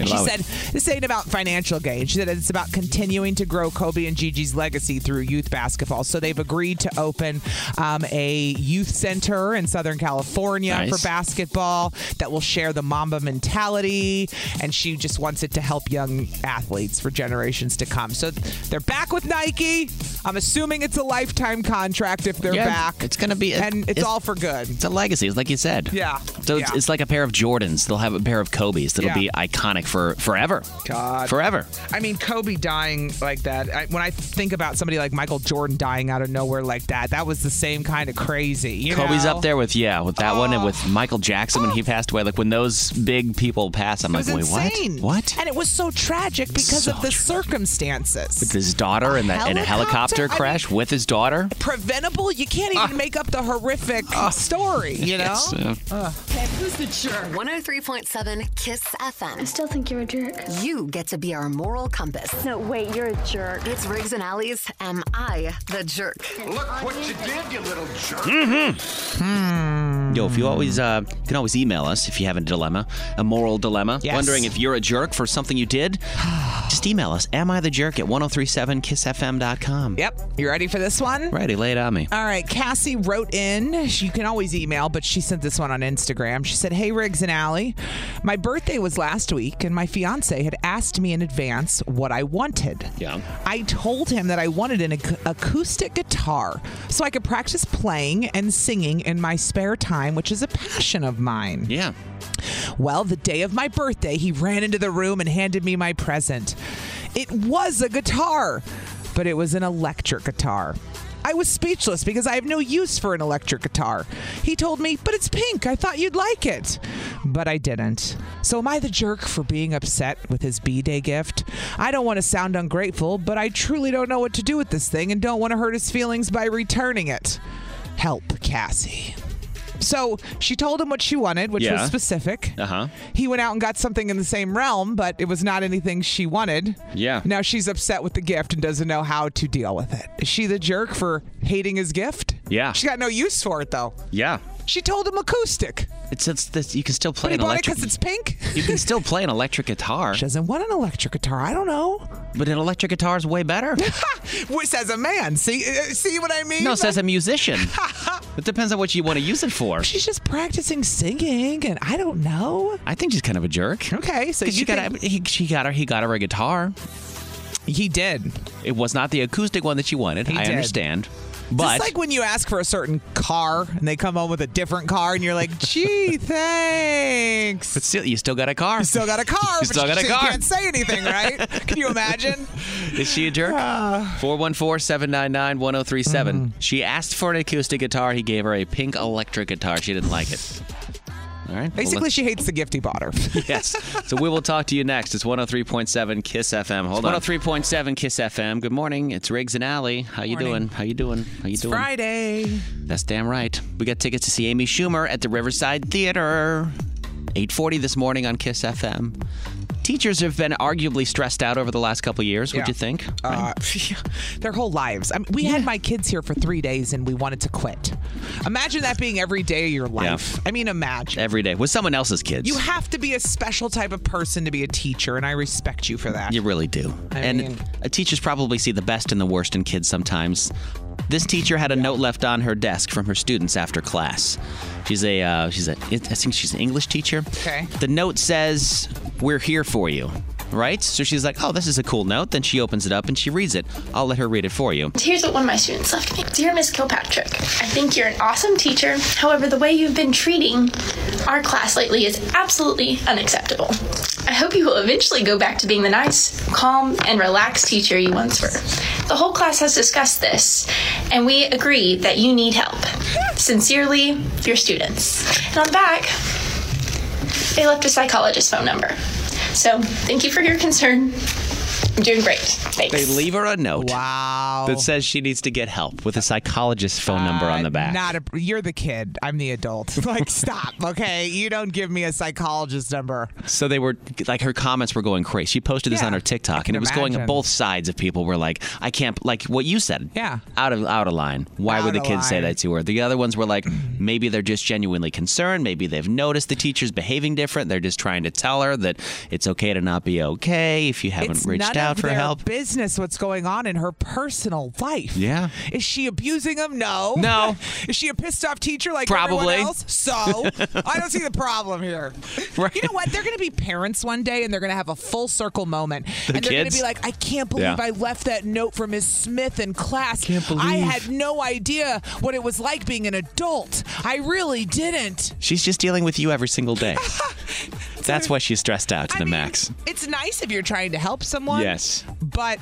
Speaker 3: I
Speaker 2: She
Speaker 3: love it.
Speaker 2: said, this ain't about financial gain. She said it's about continuing to grow Kobe and Gigi's legacy through youth basketball. So they've agreed to open um, a youth center in Southern California
Speaker 3: Nice.
Speaker 2: for basketball that will share the Mamba mentality. And she just wants it to help young athletes for generations to come. So they're back with Nike. I'm assuming it's a lifetime contract if they're
Speaker 3: Yeah,
Speaker 2: back.
Speaker 3: it's gonna be-
Speaker 2: and it's,
Speaker 3: it's-
Speaker 2: all for good.
Speaker 3: It's a legacy, like you said.
Speaker 2: Yeah.
Speaker 3: So It's,
Speaker 2: Yeah.
Speaker 3: it's like a pair of Jordans. They'll have a pair of Kobe's that'll
Speaker 2: Yeah.
Speaker 3: be iconic for forever.
Speaker 2: God.
Speaker 3: Forever.
Speaker 2: I mean, Kobe dying like that. I, when I think about somebody like Michael Jordan dying out of nowhere like that, that was the same kind of crazy. You
Speaker 3: Kobe's
Speaker 2: know? Oh.
Speaker 3: up there with yeah, with that one, and with Michael Jackson when he passed away. Like when those big people pass, I'm
Speaker 2: It
Speaker 3: like,
Speaker 2: was
Speaker 3: wait,
Speaker 2: insane.
Speaker 3: what? What?
Speaker 2: And it was so tragic because
Speaker 3: So
Speaker 2: of the circumstances.
Speaker 3: With his daughter in, the, in a
Speaker 2: helicopter?
Speaker 3: helicopter
Speaker 2: I mean-
Speaker 3: crash with his daughter.
Speaker 2: Preventable? You can't even make up the horrific story. You know.
Speaker 3: Ah. Yes, uh,
Speaker 1: 103.7 Kiss FM.
Speaker 7: Still think you're a jerk.
Speaker 1: You get to be our moral compass.
Speaker 7: No, wait, you're a jerk.
Speaker 1: It's Riggs and Allies. Am I the jerk?
Speaker 8: Look what you did, you little jerk.
Speaker 3: Yo, if you always uh, you can always email us if you have a dilemma, a moral dilemma,
Speaker 2: Yes.
Speaker 3: wondering if you're a jerk for something you did. just email us. Am I the jerk at 1037kissfm.com.
Speaker 2: Yep. You ready for this one?
Speaker 3: Ready, lay it on me.
Speaker 2: All right, Cassie wrote in. She, you can always email, but she sent this one on Instagram. She said, Hey, Riggs and Allie, my birthday was last week, and my fiance had asked me in advance what I wanted.
Speaker 3: Yeah.
Speaker 2: I told him that I wanted an ac- acoustic guitar so I could practice playing and singing in my spare time, which is a passion of mine.
Speaker 3: Yeah.
Speaker 2: Well, the day of my birthday, he ran into the room and handed me my present. It was a guitar, but it was an electric guitar. I was speechless because I have no use for an electric guitar. He told me, but it's pink. I thought you'd like it. But I didn't. So am I the jerk for being upset with his B Day gift? I don't want to sound ungrateful, but I truly don't know what to do with this thing and don't want to hurt his feelings by returning it. Help, Cassie. So she told him what she wanted, which
Speaker 3: Yeah.
Speaker 2: was specific.
Speaker 3: Uh huh.
Speaker 2: He went out and got something in the same realm, but it was not anything she wanted.
Speaker 3: Yeah.
Speaker 2: Now she's upset with the gift and doesn't know how to deal with it. Is she the jerk for hating his gift?
Speaker 3: Yeah.
Speaker 2: She got no use for it though.
Speaker 3: Yeah.
Speaker 2: She told him acoustic,
Speaker 3: It's, it's, it's you can still play
Speaker 2: but he
Speaker 3: an
Speaker 2: bought it
Speaker 3: electric.
Speaker 2: because it's pink.
Speaker 3: you can still play an electric guitar,
Speaker 2: She doesn't want an electric guitar. I don't know.
Speaker 3: but an electric guitar is way better.
Speaker 2: Which as a man, see, uh, see what I mean?
Speaker 3: no, it's
Speaker 2: Like,
Speaker 3: as a musician. it depends on what you want to use it for.
Speaker 2: she's just practicing singing, and I don't know.
Speaker 3: I think she's kind of a jerk.
Speaker 2: Okay, so
Speaker 3: Because
Speaker 2: you
Speaker 3: you got
Speaker 2: think-
Speaker 3: he, she got her he got her a guitar.
Speaker 2: He did.
Speaker 3: It was not the acoustic one that she wanted.
Speaker 2: He
Speaker 3: I
Speaker 2: did.
Speaker 3: understand. But
Speaker 2: It's like when you ask for a certain car and they come home with a different car and you're like, gee, thanks.
Speaker 3: but still, you still got a car.
Speaker 2: You still got a car.
Speaker 3: You still
Speaker 2: but
Speaker 3: got a
Speaker 2: you
Speaker 3: car.
Speaker 2: can't say anything, right? Can you imagine?
Speaker 3: Is she a
Speaker 2: Uh,
Speaker 3: jerk? 414 799 1037. She asked for an acoustic guitar. He gave her a pink electric guitar. She didn't like it. All right. well,
Speaker 2: Basically, she hates the gift he bought her.
Speaker 3: yes. So we will talk to you next. It's 103.7 Kiss FM. Hold on. 103.7 Kiss FM. Good morning. It's Riggs and Alley. How you
Speaker 2: Morning.
Speaker 3: doing? How you doing? How you doing?
Speaker 2: Friday.
Speaker 3: That's damn right. We got tickets to see Amy Schumer at the Riverside Theater. 8:40 this morning on Kiss FM. Teachers have been arguably stressed out over the last couple years, would
Speaker 2: Yeah.
Speaker 3: you think?
Speaker 2: Uh, their whole lives. I mean, we had my kids here for three days and we wanted to quit. Imagine that being every day of your life. I mean, imagine.
Speaker 3: Every day with someone else's kids.
Speaker 2: You have to be a special type of person to be a teacher, and I respect you for that.
Speaker 3: You really do. and
Speaker 2: mean-
Speaker 3: uh, teachers probably see the best and the worst in kids sometimes. This teacher had a note left on her desk from her students after class. She's a uh, she's a I think she's an English teacher.
Speaker 2: Okay.
Speaker 3: The note says, "We're here for you." Right? So she's like, "Oh, this is a cool note." Then she opens it up and she reads it. I'll let her read it for you.
Speaker 8: Here's what one of my students left me. Dear Miss Kilpatrick, I think you're an awesome teacher. However, the way you've been treating our class lately is absolutely unacceptable. I hope you will eventually go back to being the nice, calm, and relaxed teacher you once were. The whole class has discussed this, and we agree that you need help. Sincerely, your students. And on the back, they left a psychologist's phone number. So, thank you for your concern. I'm doing great. Thanks.
Speaker 3: They leave her a note
Speaker 2: Wow.
Speaker 3: that says she needs to get help with a psychologist's phone number on the back.
Speaker 2: Not a, you're the kid. I'm the adult. Like, stop. Okay, you don't give me a psychologist number.
Speaker 3: So they were like her comments were going crazy. She posted this
Speaker 2: Yeah,
Speaker 3: on her
Speaker 2: I
Speaker 3: TikTok,
Speaker 2: can
Speaker 3: and it was going
Speaker 2: imagine.
Speaker 3: both sides of people were like, "I can't." Like what you said,
Speaker 2: Yeah.
Speaker 3: out of out of line. Why
Speaker 2: Out
Speaker 3: would the
Speaker 2: of
Speaker 3: kids say
Speaker 2: line.
Speaker 3: that to her? The other ones were like, maybe they're just genuinely concerned. Maybe they've noticed the teacher's behaving different. They're just trying to tell her that it's okay to not be okay if you haven't
Speaker 2: it's
Speaker 3: reached
Speaker 2: none
Speaker 3: out
Speaker 2: of
Speaker 3: for
Speaker 2: their
Speaker 3: help.
Speaker 2: Business. What's going on in her personal life?
Speaker 3: Yeah.
Speaker 2: Is she abusing him? No.
Speaker 3: No.
Speaker 2: Is she a pissed off teacher like
Speaker 3: Probably.
Speaker 2: everyone else? So I don't see the problem here.
Speaker 3: Right.
Speaker 2: You know what? They're going to be parents one day, and they're going to have a full circle moment,
Speaker 3: The
Speaker 2: and they're going to
Speaker 3: kids?
Speaker 2: be like, "I can't believe
Speaker 3: Yeah.
Speaker 2: I left that note from Miss Smith in class.
Speaker 3: Can't believe."
Speaker 2: I had no idea what it was like being an adult. I really didn't."
Speaker 3: She's just dealing with you every single day. That's why she's stressed out to
Speaker 2: I
Speaker 3: the
Speaker 2: mean,
Speaker 3: max.
Speaker 2: It's nice if you're trying to help someone.
Speaker 3: Yes.
Speaker 2: But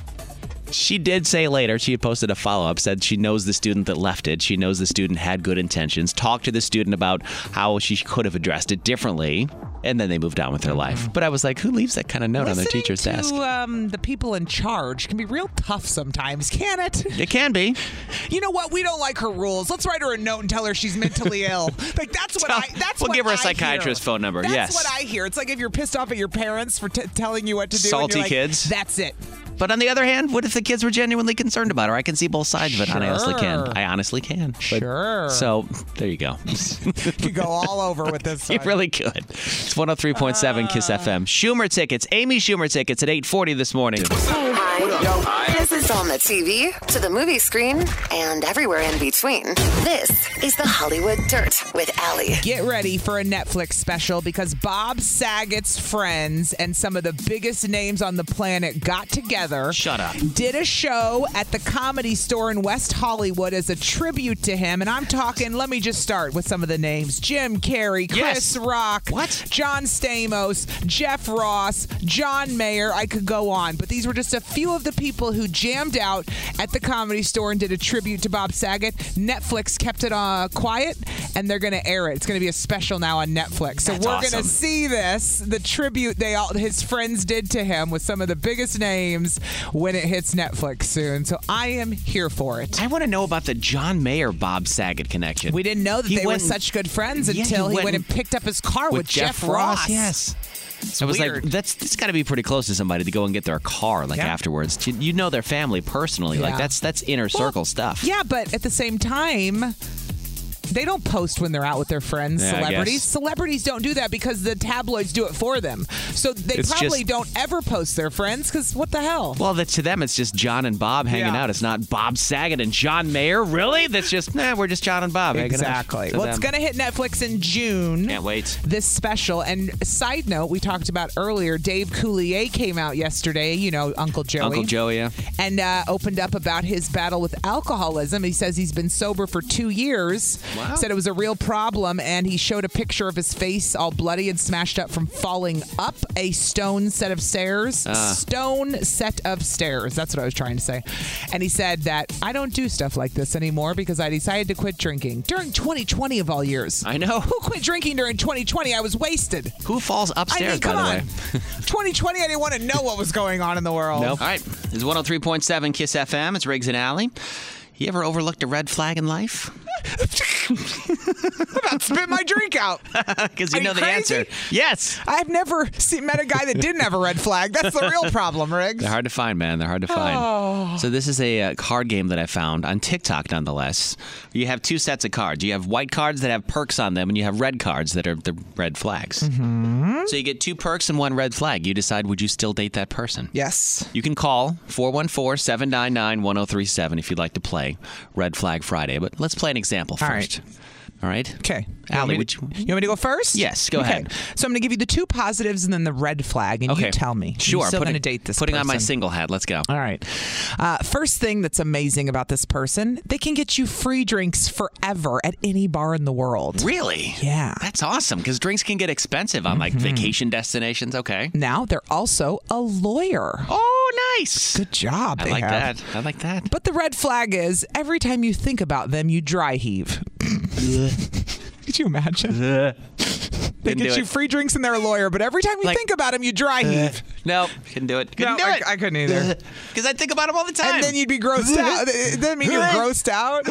Speaker 3: She did say later, she had posted a follow up, said she knows the student that left it. She knows the student had good intentions. Talked to the student about how she could have addressed it differently. And then they moved on with their life. But I was like, who leaves that kind of note on their
Speaker 2: Mm-hmm. listening
Speaker 3: teacher's
Speaker 2: to
Speaker 3: desk?
Speaker 2: um, the people in charge can be real tough sometimes, can it?
Speaker 3: It can be.
Speaker 2: You know what? We don't like her rules. Let's write her a note and tell her she's mentally ill. Like that's what I. That's
Speaker 3: We'll
Speaker 2: what
Speaker 3: give her a
Speaker 2: I hear.
Speaker 3: psychiatrist phone number,
Speaker 2: That's
Speaker 3: yes.
Speaker 2: what I hear. It's like if you're pissed off at your parents for t- telling you what to do. and
Speaker 3: Salty
Speaker 2: you're like,
Speaker 3: kids.
Speaker 2: That's it.
Speaker 3: But on the other hand, what if the kids were genuinely concerned about her? I can see both sides of it. I honestly can.
Speaker 2: Sure.
Speaker 3: I honestly can.
Speaker 2: Sure.
Speaker 3: So there you go.
Speaker 2: You go all over with this.
Speaker 3: You really could. It's 103.7 Kiss
Speaker 2: Ah.
Speaker 3: FM. Schumer tickets. Amy Schumer tickets at 8:40 this morning.
Speaker 1: This is on the TV, to the movie screen, and everywhere in between. This is the Hollywood Dirt with Allie.
Speaker 2: Get ready for a Netflix special because Bob Saget's friends and some of the biggest names on the planet got together. Shut up. Did a show at the comedy store in West Hollywood as a tribute to him. And I'm talking, let me just start with some of the names Jim Carrey, Chris Rock, what? John Stamos, Jeff Ross, John Mayer. I could go on, but these were just a few of the people who jammed out at the comedy store and did a tribute to Bob Saget. Netflix kept it uh, quiet, and they're going to air it. It's going to be a special now on Netflix. So
Speaker 9: That's
Speaker 2: we're going
Speaker 9: awesome.
Speaker 2: to see this the tribute they all his friends did to him with some of the biggest names when it hits Netflix soon. So I am here for it.
Speaker 3: I want to know about the John Mayer Bob Saget connection.
Speaker 2: We didn't know that
Speaker 3: He
Speaker 2: they were
Speaker 3: went and-
Speaker 2: such good friends
Speaker 3: Yeah, he
Speaker 2: until he went,
Speaker 3: went
Speaker 2: and picked up his car with, Jeff, Ross.
Speaker 3: Yes. I was
Speaker 2: weird.
Speaker 3: like, that's that's got to be pretty close to somebody to go and get their car like
Speaker 2: Yeah.
Speaker 3: afterwards. You, you know their family personally, like
Speaker 2: Yeah.
Speaker 3: that's that's inner circle stuff.
Speaker 2: Yeah, but at the same time, they don't post when they're out with their friends,
Speaker 3: Yeah, I
Speaker 2: celebrities.
Speaker 3: guess.
Speaker 2: Celebrities don't do that because the tabloids do it for them. So they
Speaker 3: It's
Speaker 2: probably
Speaker 3: just-
Speaker 2: don't ever post their friends because what the hell?
Speaker 3: Well, that to them it's just John and Bob hanging
Speaker 2: Yeah.
Speaker 3: out. It's not Bob Saget and John Mayer. Really? That's just nah. We're just John and Bob
Speaker 2: Exactly.
Speaker 3: hanging out.
Speaker 2: Well, it's going to hit Netflix in June. Can't
Speaker 3: wait.
Speaker 2: This special. And side note, we talked about earlier, Dave Coulier came out yesterday, you know, Uncle Joey.
Speaker 3: Uncle Joey. Yeah.
Speaker 2: and uh, opened up about his battle with alcoholism. He says he's been sober for two years.
Speaker 3: Wow.
Speaker 2: Said it was a real problem, and he showed a picture of his face all bloody and smashed up from falling up a stone set of stairs.
Speaker 3: Ah.
Speaker 2: Stone set of stairs. That's what I was trying to say. And he said that I don't do stuff like this anymore because I decided to quit drinking during 2020 of all years.
Speaker 3: I know.
Speaker 2: Who quit drinking during 2020? I was wasted.
Speaker 3: Who falls
Speaker 2: I
Speaker 3: upstairs,
Speaker 2: mean, come
Speaker 3: by the
Speaker 2: on.
Speaker 3: way?
Speaker 2: 2020, I didn't want to know what was going on in the world.
Speaker 3: All right. It's 103.7 Kiss FM. It's Riggs and Alley. You ever overlooked a red flag in life?
Speaker 2: about spit my drink out.
Speaker 3: Because you
Speaker 2: Are
Speaker 3: know
Speaker 2: you
Speaker 3: the
Speaker 2: crazy?
Speaker 3: answer. Yes.
Speaker 2: I've never seen, met a guy that didn't have a red flag. That's the real problem, Riggs.
Speaker 3: They're hard to find, man. They're hard to find.
Speaker 2: Oh.
Speaker 3: So this is a uh, card game that I found on TikTok, nonetheless. You have two sets of cards. You have white cards that have perks on them, and you have red cards that are the red flags.
Speaker 2: Mm-hmm.
Speaker 3: So you get two perks and one red flag. You decide would you still date that person?
Speaker 2: Yes.
Speaker 3: You can call 414-799-1037 if you'd like to play Red Flag Friday. But let's play an example
Speaker 2: All
Speaker 3: first. All right.
Speaker 2: Okay.
Speaker 3: Allie,
Speaker 2: you,
Speaker 3: would
Speaker 2: want
Speaker 3: you
Speaker 2: me to, you want me to go first?
Speaker 3: Yes, go
Speaker 2: Okay.
Speaker 3: ahead.
Speaker 2: So I'm going to give you the two positives and then the red flag, and you tell me.
Speaker 3: Sure.
Speaker 2: You're still
Speaker 3: putting-
Speaker 2: going to date this
Speaker 3: Putting on my
Speaker 2: person.
Speaker 3: single hat. Let's go.
Speaker 2: All right. Uh, first thing that's amazing about this person, they can get you free drinks forever at any bar in the world.
Speaker 3: Really?
Speaker 2: Yeah. Mm-hmm.
Speaker 3: That's awesome because drinks can get expensive on like vacation destinations. Okay.
Speaker 2: Now they're also a lawyer.
Speaker 3: Oh, nice.
Speaker 2: Good job.
Speaker 3: I
Speaker 2: they
Speaker 3: like
Speaker 2: have.
Speaker 3: that. I like that.
Speaker 2: But the red flag is every time you think about them, you dry heave. Could you imagine?
Speaker 3: they
Speaker 2: get
Speaker 3: do
Speaker 2: you
Speaker 3: it.
Speaker 2: free drinks and they're a lawyer, but every time you think about them, you dry heave.
Speaker 3: No, couldn't do it. Couldn't
Speaker 2: No,
Speaker 3: do
Speaker 2: I-
Speaker 3: it.
Speaker 2: I couldn't either.
Speaker 3: Because I think about them all the time.
Speaker 2: And then you'd be grossed out. Doesn't mean you're grossed out.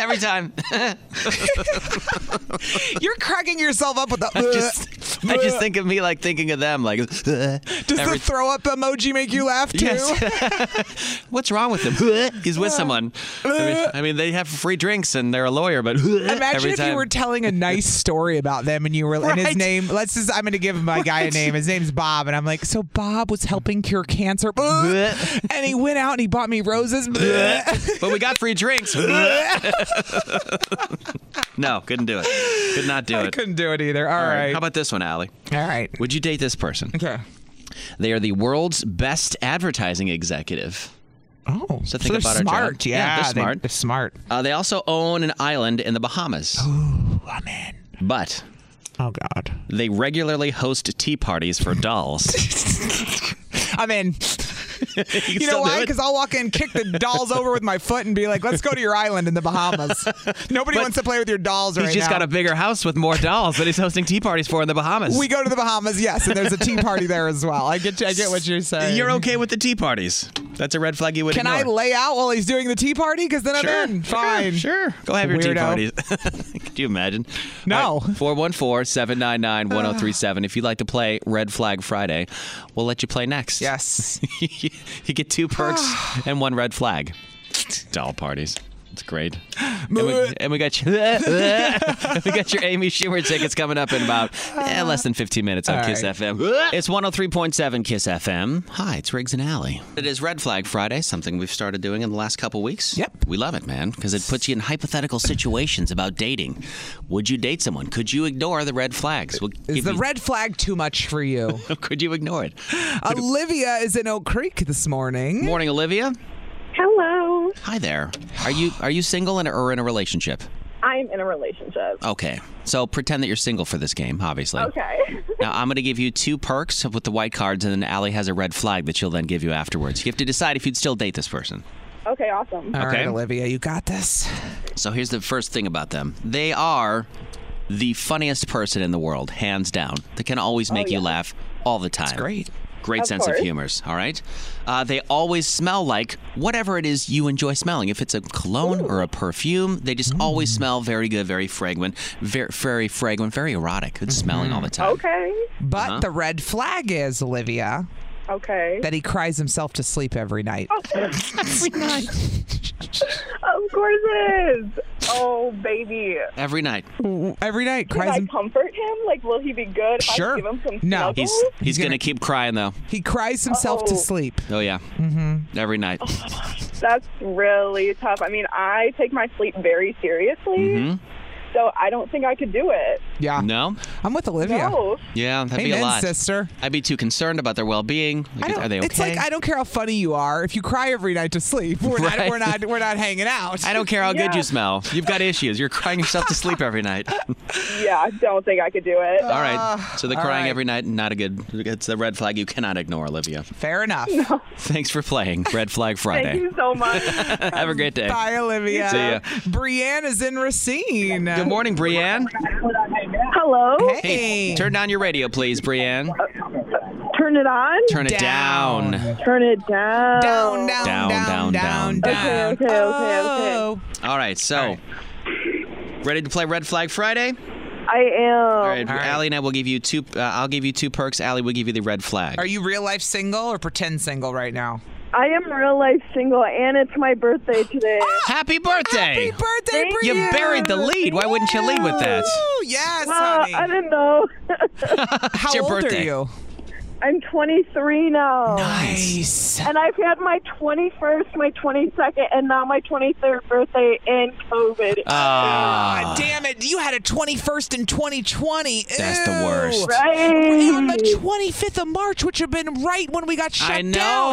Speaker 3: Every time.
Speaker 2: You're cracking yourself up with the.
Speaker 3: I just, I just think of me like thinking of them like. Does
Speaker 2: Does the throw up emoji make you laugh too?
Speaker 3: Yes. What's wrong with him? He's
Speaker 2: Uh,
Speaker 3: with someone. I mean, I mean, they have free drinks and they're a lawyer, but
Speaker 2: Imagine
Speaker 3: every
Speaker 2: if
Speaker 3: time.
Speaker 2: you were telling a nice story about them and you were and his
Speaker 3: Right.
Speaker 2: name. Let's just I'm going to give my guy a
Speaker 3: Right.
Speaker 2: name. His name's Bob, and I'm like, so Bob was helping cure cancer, and he went out and he bought me roses.
Speaker 3: but we got free drinks. no, couldn't do it. Could not do
Speaker 2: I
Speaker 3: it.
Speaker 2: couldn't do it either.
Speaker 3: All
Speaker 2: All
Speaker 3: right.
Speaker 2: right.
Speaker 3: How about this one, Allie?
Speaker 2: All right.
Speaker 3: Would you date this person?
Speaker 2: Okay.
Speaker 3: They are the world's best advertising executive.
Speaker 2: Oh,
Speaker 3: so
Speaker 2: they're
Speaker 3: think about our
Speaker 2: smart.
Speaker 3: job.
Speaker 2: Yeah,
Speaker 3: they're
Speaker 2: they-
Speaker 3: smart.
Speaker 2: they're smart.
Speaker 3: Uh, they also own an island in the Bahamas. But
Speaker 2: Oh God.
Speaker 3: they regularly host tea parties for dolls.
Speaker 2: I'm in.
Speaker 3: you can
Speaker 2: You, know
Speaker 3: still do
Speaker 2: why?
Speaker 3: it.
Speaker 2: Because I'll walk in, kick the dolls over with my foot, and be like, "Let's go to your island in the Bahamas." Nobody wants to play with your dolls
Speaker 3: He's
Speaker 2: right
Speaker 3: just
Speaker 2: now.
Speaker 3: got a bigger house with more dolls that he's hosting tea parties for in the Bahamas.
Speaker 2: we go to the Bahamas, yes, and there's a tea party there as well. I get, I get what you're saying.
Speaker 3: You're okay with the tea parties. That's a red flag you would
Speaker 2: Can I
Speaker 3: ignore.
Speaker 2: lay out while he's doing the tea party? Because then
Speaker 3: Sure,
Speaker 2: I'm in.
Speaker 3: sure,
Speaker 2: Fine.
Speaker 3: sure. Go have your tea
Speaker 2: Weirdo.
Speaker 3: parties. Could you imagine? No. 414 799 1037. If you'd like to play Red Flag Friday, we'll let you play next.
Speaker 2: Yes.
Speaker 3: you get two perks and one red flag. To all parties. It's great. And we, and we got you. we got your Amy Schumer tickets coming up in about eh, less than 15 minutes on
Speaker 9: All
Speaker 3: Kiss
Speaker 9: right.
Speaker 3: FM. It's 103.7 Kiss FM. Hi, it's Riggs and Alley. It is Red Flag Friday, something we've started doing in the last couple weeks. Yep. We love it, man, because it puts you in hypothetical situations about dating. Would you date someone? Could you ignore the red flags? We'll
Speaker 2: Is
Speaker 3: give
Speaker 2: the
Speaker 3: you-
Speaker 2: red flag too much for you?
Speaker 3: Could you ignore it?
Speaker 2: Olivia is in Oak Creek this morning.
Speaker 3: Morning, Olivia.
Speaker 10: Hello.
Speaker 3: Hi there. Are you are you single and or in a relationship?
Speaker 10: I'm in a relationship.
Speaker 3: Okay. So pretend that you're single for this game, obviously.
Speaker 10: Okay.
Speaker 3: Now I'm going to give you two perks with the white cards, and then Allie has a red flag that she'll then give you afterwards. You have to decide if you'd still date this person.
Speaker 10: Okay, awesome.
Speaker 3: Okay.
Speaker 2: Olivia, you got this.
Speaker 3: So here's the first thing about them: they are the funniest person in the world, hands down. They can always
Speaker 2: Oh,
Speaker 3: make you
Speaker 2: yeah.
Speaker 3: laugh all the time. That's great. Great
Speaker 2: Of
Speaker 3: sense
Speaker 2: course.
Speaker 3: of humors. All right. Uh, they always smell like whatever it is you enjoy smelling. If it's a cologne or a perfume, they just always
Speaker 2: Mm.
Speaker 3: smell very good, very fragrant, very, very fragrant, very erotic. Good
Speaker 2: Mm-hmm.
Speaker 3: smelling all the time.
Speaker 10: Okay.
Speaker 2: But
Speaker 3: Uh-huh.
Speaker 2: the red flag is, Olivia,
Speaker 10: Okay.
Speaker 2: that he cries himself to sleep every night.
Speaker 10: Every night. of course it is. Oh, baby.
Speaker 3: Every night.
Speaker 2: Every night,
Speaker 10: Oh. Can
Speaker 2: cries
Speaker 10: I
Speaker 2: him.
Speaker 10: comfort him? Like, will he be good? If I
Speaker 2: Sure.
Speaker 10: give him some
Speaker 2: No.
Speaker 10: snuggles?
Speaker 3: He's
Speaker 2: oh.
Speaker 3: he's gonna, keep crying though.
Speaker 2: He cries himself to
Speaker 10: Oh.
Speaker 2: sleep.
Speaker 3: Oh yeah. Mm-hmm. Every night.
Speaker 2: Oh.
Speaker 10: That's really tough. I mean, I take my sleep very seriously,
Speaker 3: hmm
Speaker 10: so I don't think I could do it. Oh,
Speaker 2: Yeah.
Speaker 3: No.
Speaker 2: I'm with Olivia.
Speaker 10: No.
Speaker 3: Yeah, that'd be
Speaker 2: Amen,
Speaker 3: a lot,
Speaker 2: sister.
Speaker 3: I'd be too concerned about their well-being. Like, are they okay?
Speaker 2: It's like I don't care how funny you are. If you cry every night to sleep, we're not
Speaker 3: Right.
Speaker 2: we're not we're not hanging out.
Speaker 3: I don't care how good you smell. You've got issues. You're crying yourself to sleep every night.
Speaker 10: Yeah, I don't think I could do it.
Speaker 3: All right. So the
Speaker 10: all
Speaker 3: crying
Speaker 10: right.
Speaker 3: every night, not a good. It's a red flag you cannot ignore, Olivia.
Speaker 2: Fair enough.
Speaker 3: Thanks for playing Red Flag Friday.
Speaker 10: Thank you so much.
Speaker 3: Have a great day.
Speaker 2: Bye, Olivia.
Speaker 3: See ya.
Speaker 2: Brienne is in Racine.
Speaker 3: Good morning, Brienne.
Speaker 10: Hello.
Speaker 3: Hey, turn down your radio, please, Brienne.
Speaker 10: Turn it on.
Speaker 3: Turn it down.
Speaker 10: Turn it down. Down,
Speaker 3: Down, down,
Speaker 10: down,
Speaker 3: down.
Speaker 10: Oh. Okay, okay, okay,
Speaker 2: Oh.
Speaker 10: okay.
Speaker 3: All right. So, ready to play Red Flag Friday?
Speaker 10: I am.
Speaker 3: All right. Allie and I will give you two. Uh, I'll give you two perks. Allie will give you the red flag.
Speaker 2: Are you real life single or pretend single right now?
Speaker 10: I am real life single, and it's my birthday today.
Speaker 3: Happy birthday! Happy
Speaker 2: birthday,
Speaker 3: You buried the lead. Why wouldn't you lead with that?
Speaker 2: yes,
Speaker 10: honey. Uh, I didn't know.
Speaker 3: How it's your birthday.
Speaker 2: you?
Speaker 10: I'm 23 now.
Speaker 2: Nice.
Speaker 10: And I've had my 21st, my 22nd, and now my 23rd birthday in COVID.
Speaker 3: Uh, Ah.
Speaker 2: God damn it! You had a 21st in 2020.
Speaker 3: That's
Speaker 2: Ew.
Speaker 3: the worst.
Speaker 2: We had
Speaker 10: um,
Speaker 2: on the 25th of March, which would have been right when we got shut
Speaker 3: I
Speaker 2: down.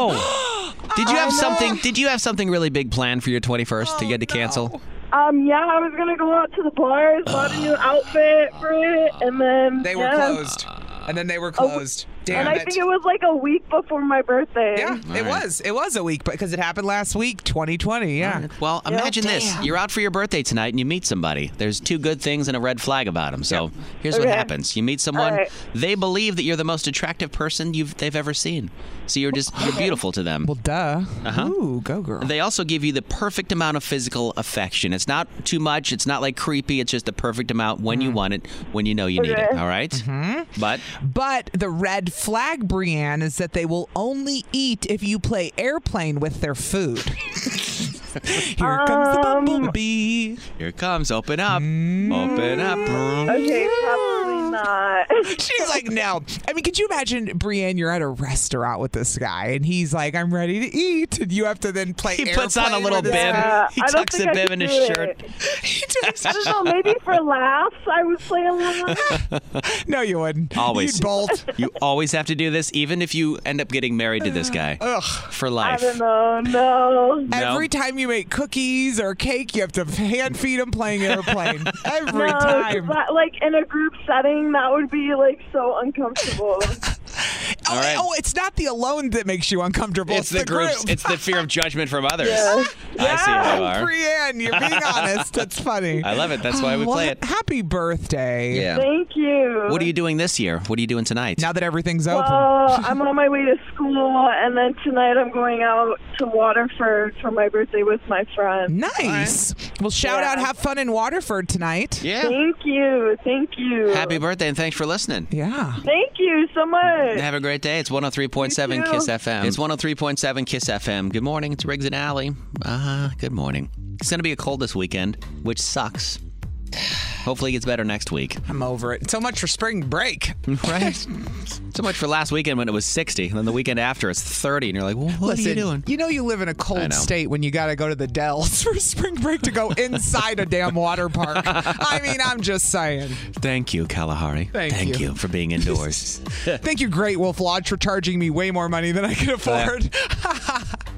Speaker 3: know. did you have something? Did you have something really big planned for your 21st
Speaker 2: Oh,
Speaker 3: that you had to cancel?
Speaker 10: Um, yeah, I was gonna go out to the bars, bought a new outfit for it, and then
Speaker 2: They were
Speaker 10: yeah.
Speaker 2: closed, and then they were closed. Damn
Speaker 10: Oh, and I
Speaker 2: it!
Speaker 10: think it was like a week before my birthday.
Speaker 2: Yeah, it was. It was a week because it happened last week, 2020. Yeah.
Speaker 3: Well, imagine this:
Speaker 2: Damn.
Speaker 3: you're out for your birthday tonight, and you meet somebody. There's two good things and a red flag about them. So here's what
Speaker 2: Okay.
Speaker 3: happens: you meet someone,
Speaker 2: right.
Speaker 3: they believe that you're the most attractive person you've they've ever seen. So you're just you're beautiful to them. Well,
Speaker 2: duh. Uh-huh. Ooh, go girl.
Speaker 3: They also give you the perfect amount of physical affection. It's not too much. It's not like creepy. It's just the perfect amount when you want it, when you know you need it.
Speaker 2: Mm. Okay. Mm-hmm.
Speaker 3: All right? But
Speaker 2: But the red flag, Brienne, is that they will only eat if you play airplane with their food. Here comes the
Speaker 10: Um,
Speaker 2: bumblebee.
Speaker 3: Here it comes. Open up.
Speaker 2: Mm.
Speaker 3: Open up.
Speaker 10: Okay, probably not.
Speaker 2: She's like, no. I mean, could you imagine, Brienne, you're at a restaurant with this guy, and he's like, I'm ready to eat. And you have to then play
Speaker 3: He puts on a
Speaker 2: airplane
Speaker 3: little
Speaker 2: with his
Speaker 3: bib.
Speaker 2: food.
Speaker 3: He I don't tucks a think I bib could in his do it. shirt.
Speaker 10: I don't know. Maybe for laughs, I would play along.
Speaker 2: No, you wouldn't.
Speaker 3: Always.
Speaker 2: You'd bolt.
Speaker 3: You always have to do this, even if you end up getting married to this guy
Speaker 2: Ugh.
Speaker 3: for life.
Speaker 10: know. No.
Speaker 3: No?
Speaker 2: Every time you make cookies or cake, you have to hand feed him playing airplane. Every
Speaker 10: no,
Speaker 2: time.
Speaker 10: But, like in a group setting, that would be like so uncomfortable.
Speaker 2: Oh,
Speaker 3: All right.
Speaker 2: oh, it's not the alone that makes you uncomfortable.
Speaker 3: it's the, groups. It's the fear of judgment from others.
Speaker 2: Yeah.
Speaker 3: I see where you are.
Speaker 2: Brienne, you're being honest. That's funny.
Speaker 3: I love it. That's why we
Speaker 2: well,
Speaker 3: play it.
Speaker 2: Happy birthday.
Speaker 3: Yeah.
Speaker 10: Thank you.
Speaker 3: What are you doing this year? What are you doing tonight?
Speaker 2: Now that everything's
Speaker 10: Well, I'm on my way to school, and then tonight I'm going out to Waterford for my birthday with my friend.
Speaker 2: Nice. Well, shout out. Have fun in Waterford tonight.
Speaker 3: Yeah.
Speaker 10: Thank you. Thank you.
Speaker 3: Happy birthday and thanks for listening.
Speaker 2: Yeah.
Speaker 10: Thank you so much.
Speaker 3: Have a great day. It's 103.7
Speaker 10: You too.
Speaker 3: Kiss FM. It's 103.7 Kiss FM. Good morning. It's Riggs and Alley. Uh, good morning. It's going to be a cold this weekend, which sucks. Hopefully, it gets better next week.
Speaker 2: I'm over it. So much for spring break.
Speaker 3: Right? so much for last weekend when it was 60, and then the weekend after it's 30, and you're like, well, what
Speaker 2: Listen,
Speaker 3: are you doing?
Speaker 2: know you live in a
Speaker 3: I
Speaker 2: cold
Speaker 3: know.
Speaker 2: state when you got to go to the Dells for spring break to go inside a damn water park. I mean, I'm just saying.
Speaker 3: Thank you, Kalahari.
Speaker 2: Thank you.
Speaker 3: you for being indoors.
Speaker 2: Thank you, Great Wolf Lodge, for charging me way more money than I could afford.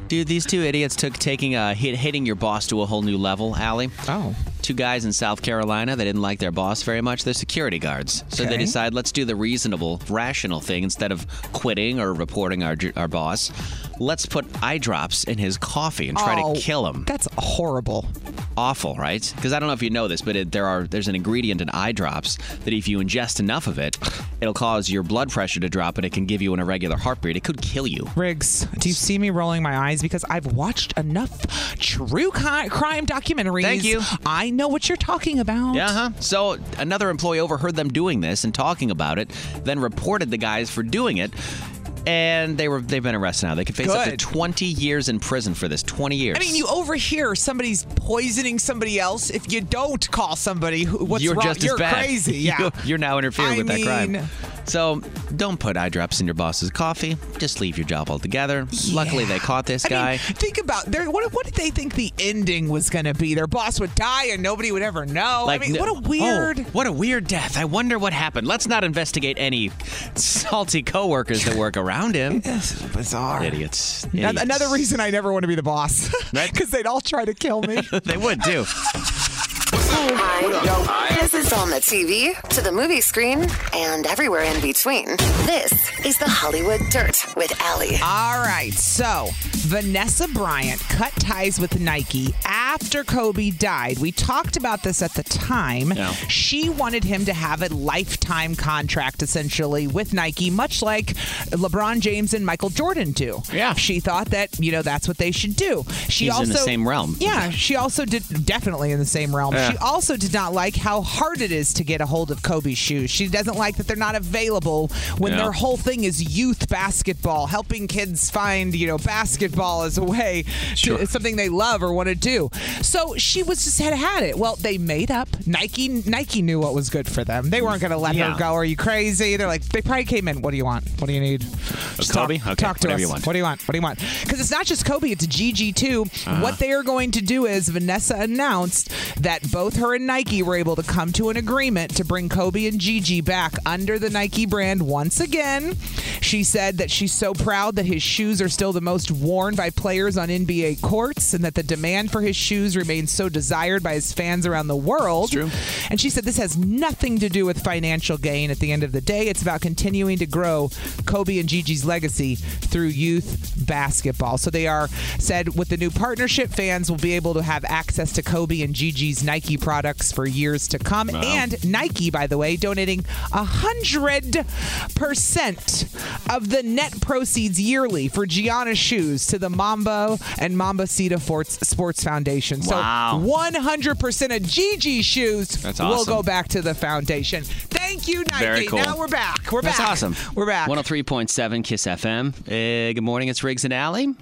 Speaker 3: Dude, these two idiots took taking uh, hit, hitting your boss to a whole new level, Allie.
Speaker 2: Oh.
Speaker 3: Two guys in South Carolina that didn't like their boss very much. They're security guards. So
Speaker 2: Okay.
Speaker 3: they decide, let's do the reasonable, rational thing instead of quitting or reporting our, j- our boss. Let's put eye drops in his coffee and try
Speaker 2: Oh,
Speaker 3: to kill him.
Speaker 2: That's horrible.
Speaker 3: Awful, right? Because I don't know if you know this, but it, there are there's an ingredient in eye drops that if you ingest enough of it, it'll cause your blood pressure to drop and it can give you an irregular heartbeat. It could kill you.
Speaker 2: Riggs, do you see me rolling my eyes because I've watched enough true ki- crime documentaries?
Speaker 3: Thank you.
Speaker 2: I know what you're talking about.
Speaker 3: Yeah, huh? So another employee overheard them doing this and talking about it, then reported the guys for doing it. And they were they've been arrested now. They could face up to
Speaker 2: Good.
Speaker 3: 20 years in prison for this. 20 years.
Speaker 2: I mean, you overhear somebody's poisoning somebody else. If you don't call somebody, who- what's
Speaker 3: you're
Speaker 2: wrong?
Speaker 3: just
Speaker 2: you're
Speaker 3: as bad.
Speaker 2: crazy. Yeah.
Speaker 3: You're- you're now interfering
Speaker 2: I
Speaker 3: with that
Speaker 2: mean-
Speaker 3: crime. So don't put eye drops in your boss's coffee. Just leave your job altogether. Luckily, they caught this
Speaker 2: I
Speaker 3: guy.
Speaker 2: mean, think about their, what, what did they think the ending was going to be? Their boss would die and nobody would ever know. I mean,
Speaker 3: no-
Speaker 2: what a weird.
Speaker 3: Oh, what a weird death. I wonder what happened. Let's not investigate any salty coworkers that work around him.
Speaker 2: bizarre.
Speaker 3: Idiots.
Speaker 2: An-
Speaker 3: Idiots.
Speaker 2: Another reason I never want to be the boss.
Speaker 3: Right?
Speaker 2: Because they'd all try to kill me.
Speaker 3: they would too.
Speaker 1: This is on the TV, to the movie screen, and everywhere in between. This is the Hollywood Dirt with Allie.
Speaker 2: All right, so Vanessa Bryant cut ties with Nike after Kobe died. We talked about this at the time.
Speaker 3: Yeah.
Speaker 2: She wanted him to have a lifetime contract essentially with Nike, much like LeBron James and Michael Jordan do.
Speaker 3: Yeah.
Speaker 2: She thought that, you know, that's what they should do. She
Speaker 3: He's
Speaker 2: also
Speaker 3: in the same realm.
Speaker 2: Yeah, she also did definitely in the same realm.
Speaker 3: Yeah.
Speaker 2: She also did not like how hard it is to get a hold of Kobe's shoes. She doesn't like that they're not available when
Speaker 3: Yeah.
Speaker 2: their whole thing is youth basketball, helping kids find, you know, basketball as a way to it's something they love or want to do. So she was just had had it. Well, they made up. Nike Nike knew what was good for them. They weren't going to let
Speaker 3: Yeah.
Speaker 2: her go. Are you crazy? They're like they probably came in, what do you want? What do you need? Just
Speaker 3: Kobe?
Speaker 2: Talk,
Speaker 3: Okay,
Speaker 2: talk to
Speaker 3: whatever
Speaker 2: us.
Speaker 3: you want.
Speaker 2: What do you want? What do you want? Because it's not just Kobe, it's Gigi too.
Speaker 3: Uh-huh.
Speaker 2: What they are going to do is Vanessa announced that both her and Nike were able to come to an agreement to bring Kobe and Gigi back under the Nike brand once again. She said that she's so proud that his shoes are still the most worn by players on NBA courts and that the demand for his shoes remains so desired by his fans around the world. true. And she said this has nothing to do with financial gain at the end of the day. It's about continuing to grow Kobe and Gigi's legacy through youth basketball. So they are said with the new partnership, fans will be able to have access to Kobe and Gigi's Nike products for years to come. And Nike, by the way, donating 100% of the net proceeds yearly for Gianna shoes to the Mambo and Mamba Sita Forts- Sports Foundation.
Speaker 3: Wow.
Speaker 2: So 100% of Gigi's shoes
Speaker 3: That's
Speaker 2: We'll
Speaker 3: awesome.
Speaker 2: go back to the foundation. Thank you, Nike.
Speaker 3: Very cool.
Speaker 2: Now we're back. We're
Speaker 3: That's
Speaker 2: back.
Speaker 3: awesome.
Speaker 2: We're back.
Speaker 3: 103.7 Kiss FM. Uh, good morning. It's Riggs and Alley.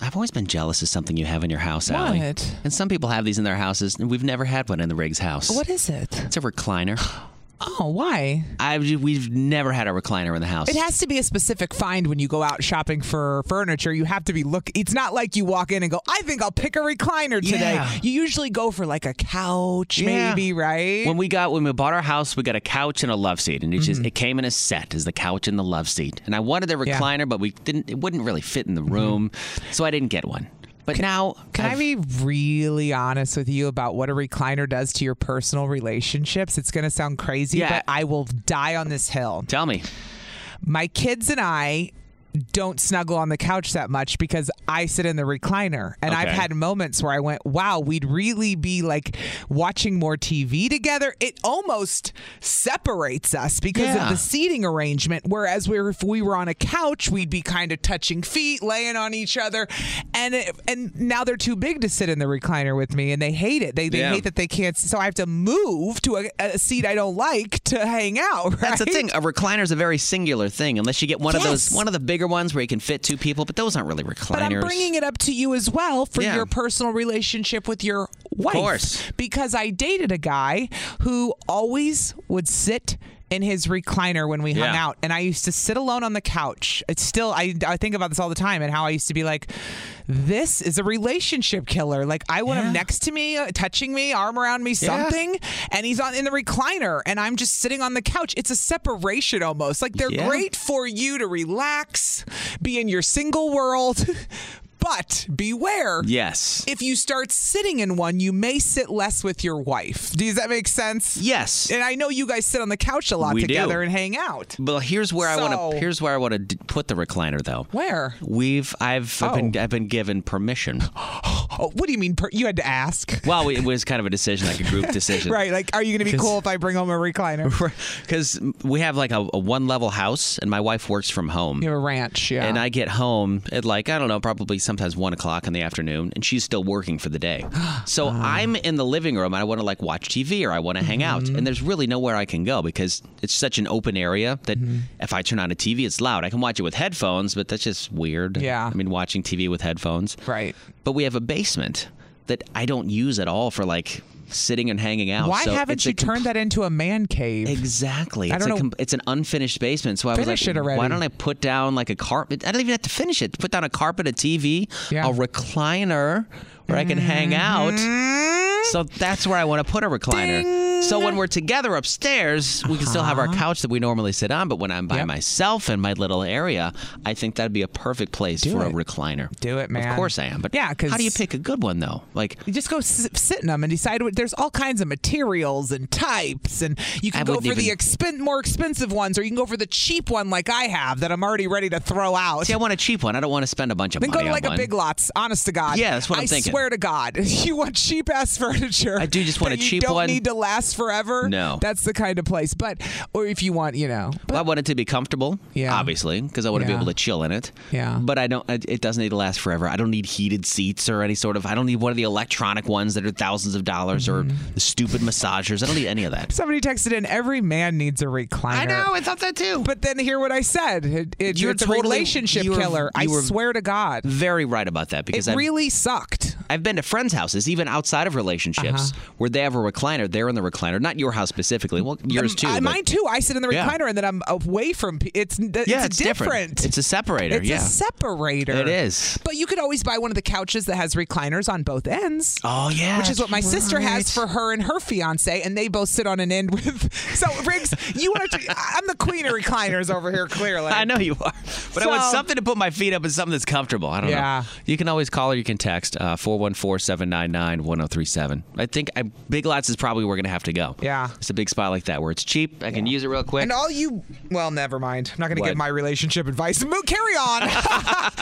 Speaker 3: I've always been jealous of something you have in your house, Allie.
Speaker 2: What?
Speaker 3: And some people have these in their houses, and we've never had one in the Riggs house.
Speaker 2: What is it?
Speaker 3: It's a recliner.
Speaker 2: Oh, why?
Speaker 3: I we've never had a recliner in the house.
Speaker 2: It has to be a specific find when you go out shopping for furniture. You have to be look. It's not like you walk in and go, "I think I'll pick a recliner today."
Speaker 3: Yeah.
Speaker 2: You usually go for like a couch,
Speaker 3: Yeah.
Speaker 2: maybe, right?
Speaker 3: When we got when we bought our house, we got a couch and a love seat, and it just it came in a set as the couch and the love seat. And I wanted a
Speaker 2: Yeah.
Speaker 3: recliner, but we didn't. It wouldn't really fit in the room, so I didn't get one. But now,
Speaker 2: Can
Speaker 3: I've-
Speaker 2: I be really honest with you about what a recliner does to your personal relationships? It's going to sound crazy,
Speaker 3: Yeah.
Speaker 2: but I will die on this hill.
Speaker 3: Tell me,
Speaker 2: My kids and I don't snuggle on the couch that much because I sit in the recliner. And I've
Speaker 9: Okay.
Speaker 2: had moments where I went, wow, we'd really be like watching more TV together. It almost separates us because of
Speaker 9: Yeah.
Speaker 2: the seating arrangement. Whereas we were, if we were on a couch, we'd be kind of touching feet, laying on each other. And it, and now they're too big to sit in the recliner with me and they hate it. They, they
Speaker 3: Yeah.
Speaker 2: hate that they can't. So I have to move to a, a seat I don't like to hang out. Right?
Speaker 3: That's the thing. A recliner is a very singular thing, unless you get one of those,
Speaker 2: Yes.
Speaker 3: one of the bigger ones where you can fit two people. But those aren't really recliners.
Speaker 2: But I'm bringing it up to you as well for
Speaker 3: Yeah.
Speaker 2: your personal relationship with your wife.
Speaker 3: course.
Speaker 2: Because I dated a guy who always would sit in his recliner when we hung
Speaker 9: Yeah.
Speaker 2: out and I used to sit alone on the couch. It's still I I think about this all the time and how I used to be like this is a relationship killer. Like I want him next to me, uh, touching me, arm around me,
Speaker 9: Yeah.
Speaker 2: something, and he's on in the recliner and I'm just sitting on the couch. It's a separation almost. Like they're
Speaker 9: Yeah.
Speaker 2: great for you to relax, be in your single world. But beware.
Speaker 3: Yes.
Speaker 2: If you start sitting in one, you may sit less with your wife. Does that make sense?
Speaker 3: Yes.
Speaker 2: And I know you guys sit on the couch a lot
Speaker 3: We do.
Speaker 2: together and hang out.
Speaker 3: Well, here's where I want
Speaker 2: So-
Speaker 3: to. Here's where I want to d- put the recliner, though.
Speaker 2: Where?
Speaker 3: We've I've, I've been I've been given permission.
Speaker 2: Oh, what do you mean? Per- you had to ask.
Speaker 3: Well, it was kind of a decision, like a group decision,
Speaker 2: Right. Like, are you going to be
Speaker 3: 'Cause-
Speaker 2: cool if I bring home a recliner?
Speaker 3: Because we have like a, a one level house, and my wife works from home.
Speaker 2: You have a ranch, yeah.
Speaker 3: And I get home at like I don't know, probably sometimes one o'clock in the afternoon, and she's still working for the day.
Speaker 2: Uh.
Speaker 3: So I'm in the living room, and I want to like watch TV or I want to hang out,
Speaker 2: Mm-hmm.
Speaker 3: and there's really nowhere I can go because it's such an open area that
Speaker 2: Mm-hmm.
Speaker 3: if I turn on a TV, it's loud. I can watch it with headphones, but that's just weird. Yeah, I mean, watching TV with headphones,
Speaker 2: right?
Speaker 3: But we have a basement that I don't use at all for like sitting and hanging out.
Speaker 2: Why
Speaker 3: So
Speaker 2: haven't
Speaker 3: it's a
Speaker 2: you turned that into a man cave?
Speaker 3: Exactly.
Speaker 2: I
Speaker 3: it's
Speaker 2: don't
Speaker 3: a
Speaker 2: know.
Speaker 3: com- it's an unfinished basement. So I was
Speaker 2: Finish
Speaker 3: like,
Speaker 2: it already.
Speaker 3: why don't I put down like a carpet? I don't even have to finish it. Put down a carpet, a TV, a recliner where I can hang
Speaker 2: Hmm?
Speaker 3: out. So that's where I want to put a recliner. So when we're together upstairs, we can still have
Speaker 2: Uh-huh.
Speaker 3: our couch that we normally sit on. But when I'm by myself in my little area, I think that'd be a perfect place for a recliner.
Speaker 2: Do it, man.
Speaker 3: Of course I am. But
Speaker 2: Yeah, 'cause-
Speaker 3: how do you pick a good one though? Like
Speaker 2: You just go s- sit in them and decide what. There's all kinds of materials and types, and you can
Speaker 3: I
Speaker 2: go for
Speaker 3: wouldn't
Speaker 2: the
Speaker 3: even-
Speaker 2: expen- more expensive ones, or you can go for the cheap one like I have that I'm already ready to throw out.
Speaker 3: See, I want a cheap one. I don't want to spend a bunch of
Speaker 2: then go
Speaker 3: money
Speaker 2: to
Speaker 3: on
Speaker 2: like a
Speaker 3: one.
Speaker 2: Big Lots, honest to God.
Speaker 3: Yeah, that's what I'm
Speaker 2: I
Speaker 3: thinking.
Speaker 2: swear to God, you want cheap ass furniture. I
Speaker 3: do just want
Speaker 2: that
Speaker 3: a
Speaker 2: you
Speaker 3: cheap
Speaker 2: don't
Speaker 3: one.
Speaker 2: Need to last forever.
Speaker 3: No.
Speaker 2: that's the kind of place. But or if you want, you know,
Speaker 3: Well, I want it to be comfortable, yeah. obviously, because I want to
Speaker 2: Yeah.
Speaker 3: be able to chill in it.
Speaker 2: Yeah.
Speaker 3: But I don't. It it doesn't need to last forever. I don't need heated seats or any sort of. I don't need one of the electronic ones that are thousands of dollars
Speaker 2: Mm-hmm.
Speaker 3: or the stupid massagers. I don't need any of that.
Speaker 2: Somebody texted in, every man needs a recliner. I know,
Speaker 3: I thought that too.
Speaker 2: But then hear what I said. It, it,
Speaker 3: You're
Speaker 2: it's a
Speaker 3: totally-
Speaker 2: relationship
Speaker 3: you were-
Speaker 2: killer. I
Speaker 3: you were
Speaker 2: swear to God.
Speaker 3: Very right about that because
Speaker 2: It
Speaker 3: I've,
Speaker 2: really sucked.
Speaker 3: I've been to friends' houses, even outside of relationships,
Speaker 2: Uh-huh.
Speaker 3: where they have a recliner. They're in the recliner, not your house specifically. Well, yours too.
Speaker 2: I-
Speaker 3: but-
Speaker 2: mine too. I sit in the
Speaker 3: Yeah.
Speaker 2: recliner and then I'm away from. pe- It's it's,
Speaker 3: Yeah,
Speaker 2: it's
Speaker 3: different. It's a separator.
Speaker 2: It's a
Speaker 3: yeah,
Speaker 2: separator.
Speaker 3: It is.
Speaker 2: But you could always buy one of the couches that has recliners on both ends.
Speaker 3: Oh yeah,
Speaker 2: which is what my
Speaker 3: that's
Speaker 2: sister
Speaker 3: right.
Speaker 2: has for her and her fiance, and they both sit on an end with. So Riggs, you want to? I'm the queen of recliners over here. Clearly,
Speaker 3: I know you are. But I want
Speaker 2: So-
Speaker 3: something to put my feet up and something that's comfortable. I don't
Speaker 2: Yeah.
Speaker 3: know. You can always call or you can text uh, 414 799 1037. I think I, Big Lots is probably where we're going to have to go. Yeah. It's a big spot like that where it's cheap. I can use it real quick.
Speaker 2: And all you, well, never mind. I'm not going to
Speaker 3: What?
Speaker 2: give my relationship advice. Mo- Carry on.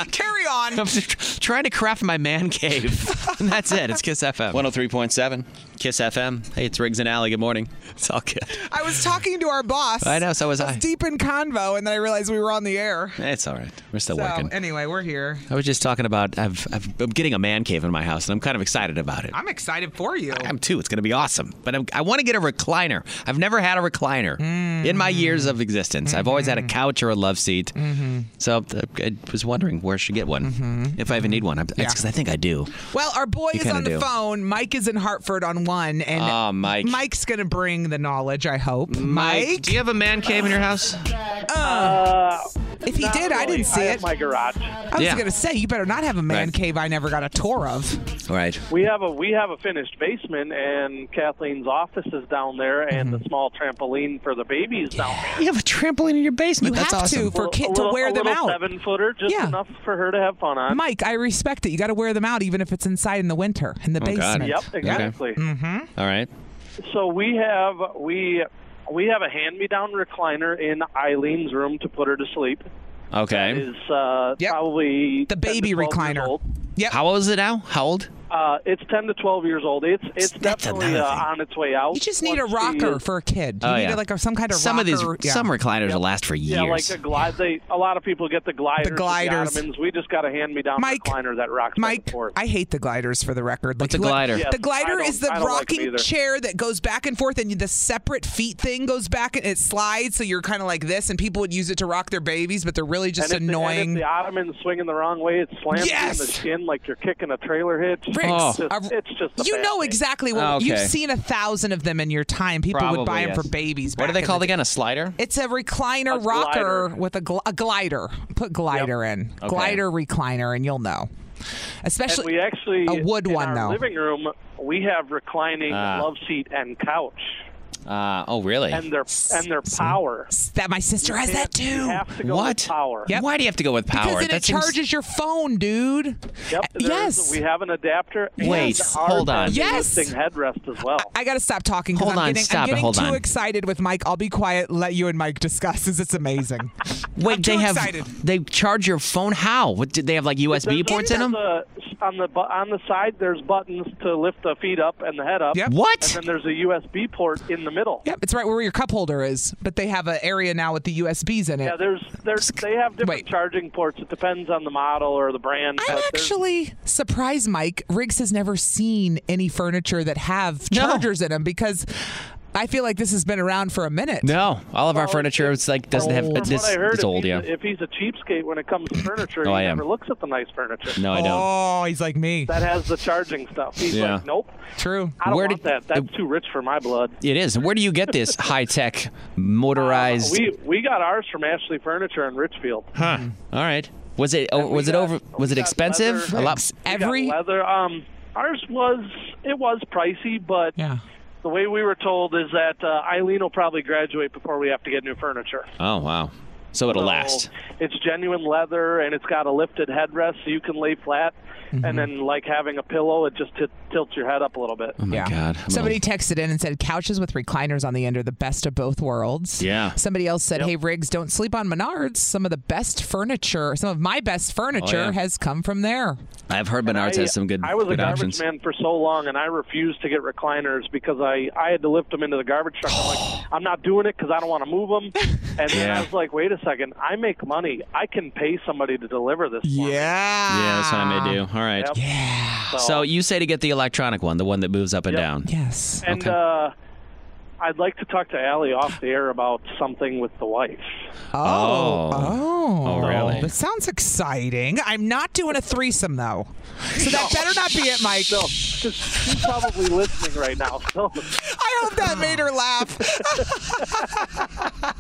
Speaker 2: Carry on.
Speaker 3: I'm just tr- trying to craft my man cave. and that's it. It's Kiss FM. 103.7. Kiss FM. Hey, it's Riggs and Alley. Good morning. It's all good.
Speaker 2: I was talking to our boss.
Speaker 3: I know, so was I.
Speaker 2: Deep in convo, and then I realized we were on the air.
Speaker 3: It's all right. We're still
Speaker 2: so
Speaker 3: working.
Speaker 2: anyway, we're here.
Speaker 3: I was just talking about I've, I've, I'm getting a man cave in my house, and I'm kind of excited about it.
Speaker 2: I'm excited for you.
Speaker 3: I'm too. It's going to be awesome. But I'm, I want to get a recliner. I've never had a recliner in my years of existence. I've always
Speaker 2: Mm-hmm.
Speaker 3: had a couch or a love seat. So uh, I was wondering where I should get one if I even need one. I- It's
Speaker 2: Mm-hmm. Yeah.
Speaker 3: because I think I do.
Speaker 2: Well, our boy
Speaker 3: You
Speaker 2: is
Speaker 3: kinda
Speaker 2: on the
Speaker 3: do.
Speaker 2: phone. Mike is in Hartford on one, and
Speaker 3: Aw, Um, Mike.
Speaker 2: Mike's gonna bring the knowledge. I hope. Mike,
Speaker 3: do you have a man cave in your house?
Speaker 2: Uh, if he
Speaker 11: not
Speaker 2: did, I
Speaker 11: really.
Speaker 2: didn't see
Speaker 11: I have
Speaker 2: it.
Speaker 11: my garage.
Speaker 2: I was
Speaker 3: Yeah.
Speaker 2: gonna say you better not have a man
Speaker 3: Right.
Speaker 2: cave. I never got a tour of.
Speaker 3: All right.
Speaker 11: We have a we have a finished basement, and Kathleen's office is down there, and
Speaker 2: Mm-hmm.
Speaker 11: the small trampoline for the babies down there.
Speaker 3: You have a trampoline in your basement.
Speaker 2: You
Speaker 3: That's
Speaker 2: have
Speaker 3: awesome.
Speaker 2: to for
Speaker 11: A
Speaker 2: kid to
Speaker 11: little-
Speaker 2: wear
Speaker 11: a
Speaker 2: them
Speaker 11: little
Speaker 2: out.
Speaker 11: seven footer, just
Speaker 2: Yeah.
Speaker 11: enough for her to have fun on.
Speaker 2: Mike, I respect it. You got to wear them out even if it's inside in the winter in the
Speaker 3: Oh, God.
Speaker 2: basement.
Speaker 11: Yep, exactly.
Speaker 3: All right.
Speaker 11: So we have we We have a hand-me-down recliner in Eileen's room to put her to sleep.
Speaker 3: Okay.
Speaker 11: Is uh, probably the baby recliner.
Speaker 2: Yep.
Speaker 3: How old is it now? How old?
Speaker 11: Uh, it's ten to twelve years old. It's it's definitely
Speaker 3: another
Speaker 11: uh,
Speaker 3: thing.
Speaker 11: on its way out.
Speaker 2: You just need a
Speaker 11: Once she
Speaker 2: rocker
Speaker 11: is-
Speaker 2: for a kid. You
Speaker 3: Oh,
Speaker 2: need
Speaker 3: yeah.
Speaker 2: a, like a, some kind of
Speaker 3: some of these
Speaker 2: rocker- yeah.
Speaker 3: some recliners will last for years.
Speaker 11: Yeah, like a glide. They a lot of people get the gliders, the
Speaker 2: gliders.
Speaker 11: ottomans. We just got a hand-me-down
Speaker 2: Mike,
Speaker 11: recliner that rocks.
Speaker 2: Mike, I hate the gliders for the record. Like,
Speaker 3: a
Speaker 2: what-
Speaker 3: glider?
Speaker 2: The
Speaker 3: Yes,
Speaker 2: glider
Speaker 11: I
Speaker 2: is
Speaker 11: don't-
Speaker 2: the
Speaker 11: I don't like 'em
Speaker 2: rocking
Speaker 11: either.
Speaker 2: chair that goes back and forth, and the separate feet thing goes back and it slides, so you're kind of like this, and people would use it to rock their babies, but they're really just
Speaker 11: and if the-
Speaker 2: annoying.
Speaker 11: and if the ottoman's swinging the wrong way, it slams you in the chin like you're kicking a trailer hitch.
Speaker 2: Riggs,
Speaker 11: It's
Speaker 2: oh. a-
Speaker 11: just, it's just a
Speaker 2: you
Speaker 11: bad
Speaker 2: know
Speaker 11: thing.
Speaker 2: exactly what you've
Speaker 3: Ah, Okay.
Speaker 2: seen a thousand of them in your time. People would
Speaker 3: Probably,
Speaker 2: buy them for
Speaker 3: yes.
Speaker 2: babies.
Speaker 3: What do
Speaker 2: back
Speaker 3: they
Speaker 2: in
Speaker 3: called
Speaker 2: the
Speaker 3: again? A slider?
Speaker 2: It's a recliner rocker with a, gl- a glider. Put glider in.
Speaker 3: Okay.
Speaker 2: Glider recliner, and you'll know. Especially
Speaker 11: and we actually
Speaker 2: a wood
Speaker 11: in
Speaker 2: one,
Speaker 11: our
Speaker 2: though.
Speaker 11: living room we have reclining
Speaker 3: Ah.
Speaker 11: love seat and couch,
Speaker 3: Uh, oh, really?
Speaker 11: and their and their power.
Speaker 2: That my sister has that too.
Speaker 11: have to go
Speaker 3: what?
Speaker 11: with power.
Speaker 3: Why do you have to go with power?
Speaker 2: Because then it
Speaker 3: That seems-
Speaker 2: charges your phone, dude. Uh,
Speaker 11: Yep, there is-
Speaker 2: yes.
Speaker 11: we have an adapter. and
Speaker 3: Wait,
Speaker 11: our
Speaker 3: hold on.
Speaker 2: Yes.
Speaker 11: existing headrest as well.
Speaker 2: I gotta stop talking. 'cause
Speaker 3: Hold
Speaker 2: I'm
Speaker 3: on,
Speaker 2: getting,
Speaker 3: stop
Speaker 2: I'm
Speaker 3: it,
Speaker 2: getting
Speaker 3: hold
Speaker 2: too
Speaker 3: on.
Speaker 2: excited with Mike. I'll be quiet. Let you and Mike discuss. Since it's amazing.
Speaker 3: Wait,
Speaker 2: I'm
Speaker 3: they
Speaker 2: too
Speaker 3: have
Speaker 2: excited.
Speaker 3: they charge your phone how? What did they have like
Speaker 11: There's
Speaker 3: USB
Speaker 11: a-
Speaker 3: ports in them?
Speaker 11: there's a- on the bu- on the side, there's buttons to lift the feet up and the head up.
Speaker 2: Yep.
Speaker 3: What?
Speaker 11: And then there's a USB port in the middle.
Speaker 2: Yep, it's right where your cup holder is. But they have an area now with the USBs in it.
Speaker 11: Yeah, there's there's they have different charging ports. It depends on the model or the brand.
Speaker 2: I'm
Speaker 11: but there's-
Speaker 2: actually surprised, Mike. Riggs has never seen any furniture that have chargers in them because I feel like this has been around for a minute.
Speaker 3: No, all of our furniture it's like doesn't have
Speaker 11: From
Speaker 3: it's,
Speaker 11: Oh, what I heard,
Speaker 3: it's
Speaker 11: if
Speaker 3: old.
Speaker 11: he's
Speaker 3: Yeah.
Speaker 11: a- If he's a cheapskate when it comes to furniture,
Speaker 3: Oh, I
Speaker 11: he
Speaker 3: am.
Speaker 11: never looks at the nice furniture.
Speaker 3: No, I don't.
Speaker 2: Oh, he's like me.
Speaker 11: That has the charging stuff. He's
Speaker 3: Yeah.
Speaker 11: like, nope.
Speaker 2: True.
Speaker 11: I don't
Speaker 3: Where
Speaker 11: want
Speaker 3: did-
Speaker 11: that. That's too rich for my blood.
Speaker 3: It is. Where do you get this high tech motorized?
Speaker 11: We we got ours from Ashley Furniture in Richfield.
Speaker 3: huh. All right. Was it oh, was it over? Was it expensive? A lot.
Speaker 11: every leather. Um, ours was it was pricey, but the way we were told is that uh, Eileen will probably graduate before we have to get new furniture.
Speaker 3: Oh wow. So it'll
Speaker 11: So
Speaker 3: last.
Speaker 11: It's genuine leather, and it's got a lifted headrest, so you can lay flat.
Speaker 3: Mm-hmm.
Speaker 11: And then, like having a pillow, it just t- tilts your head up a little bit.
Speaker 3: Oh my god. I'm
Speaker 2: Somebody texted in and said couches with recliners on the end are the best of both worlds.
Speaker 3: Yeah.
Speaker 2: Somebody else said, "Hey Riggs, don't sleep on Menards. Some of the best furniture, some of my best furniture
Speaker 3: Oh, yeah.
Speaker 2: has come from there."
Speaker 3: a- I've heard Menards
Speaker 11: I-
Speaker 3: has some good
Speaker 11: I was
Speaker 3: good
Speaker 11: a garbage
Speaker 3: options.
Speaker 11: man for so long, and I refused to get recliners because I I had to lift them into the garbage truck. I'm like, I'm not doing it because I don't want to move them. And then
Speaker 3: Yeah.
Speaker 11: I was like, wait a second, I make money. I can pay somebody to deliver this. for me.
Speaker 3: Yeah, that's what I may do. All right.
Speaker 11: Ah. Yep.
Speaker 3: So, you say to get the electronic one, the one that moves up and
Speaker 11: Yep.
Speaker 3: down.
Speaker 2: Yes.
Speaker 11: And uh, I'd like to talk to Allie off the air about something with the wife.
Speaker 2: Oh.
Speaker 3: Oh.
Speaker 2: Oh.
Speaker 3: Oh, really?
Speaker 2: That sounds exciting. I'm not doing a threesome, though. So that better not be it, Mike.
Speaker 11: No, Oh, she's probably listening right now. So.
Speaker 2: I hope that made her laugh.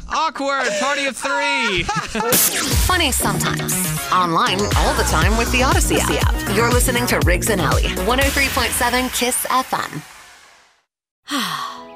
Speaker 3: Awkward party of three.
Speaker 1: Funny sometimes. Online all the time with the Odyssey app. You're listening to Riggs and oh Alley, 103.7 Kiss FM.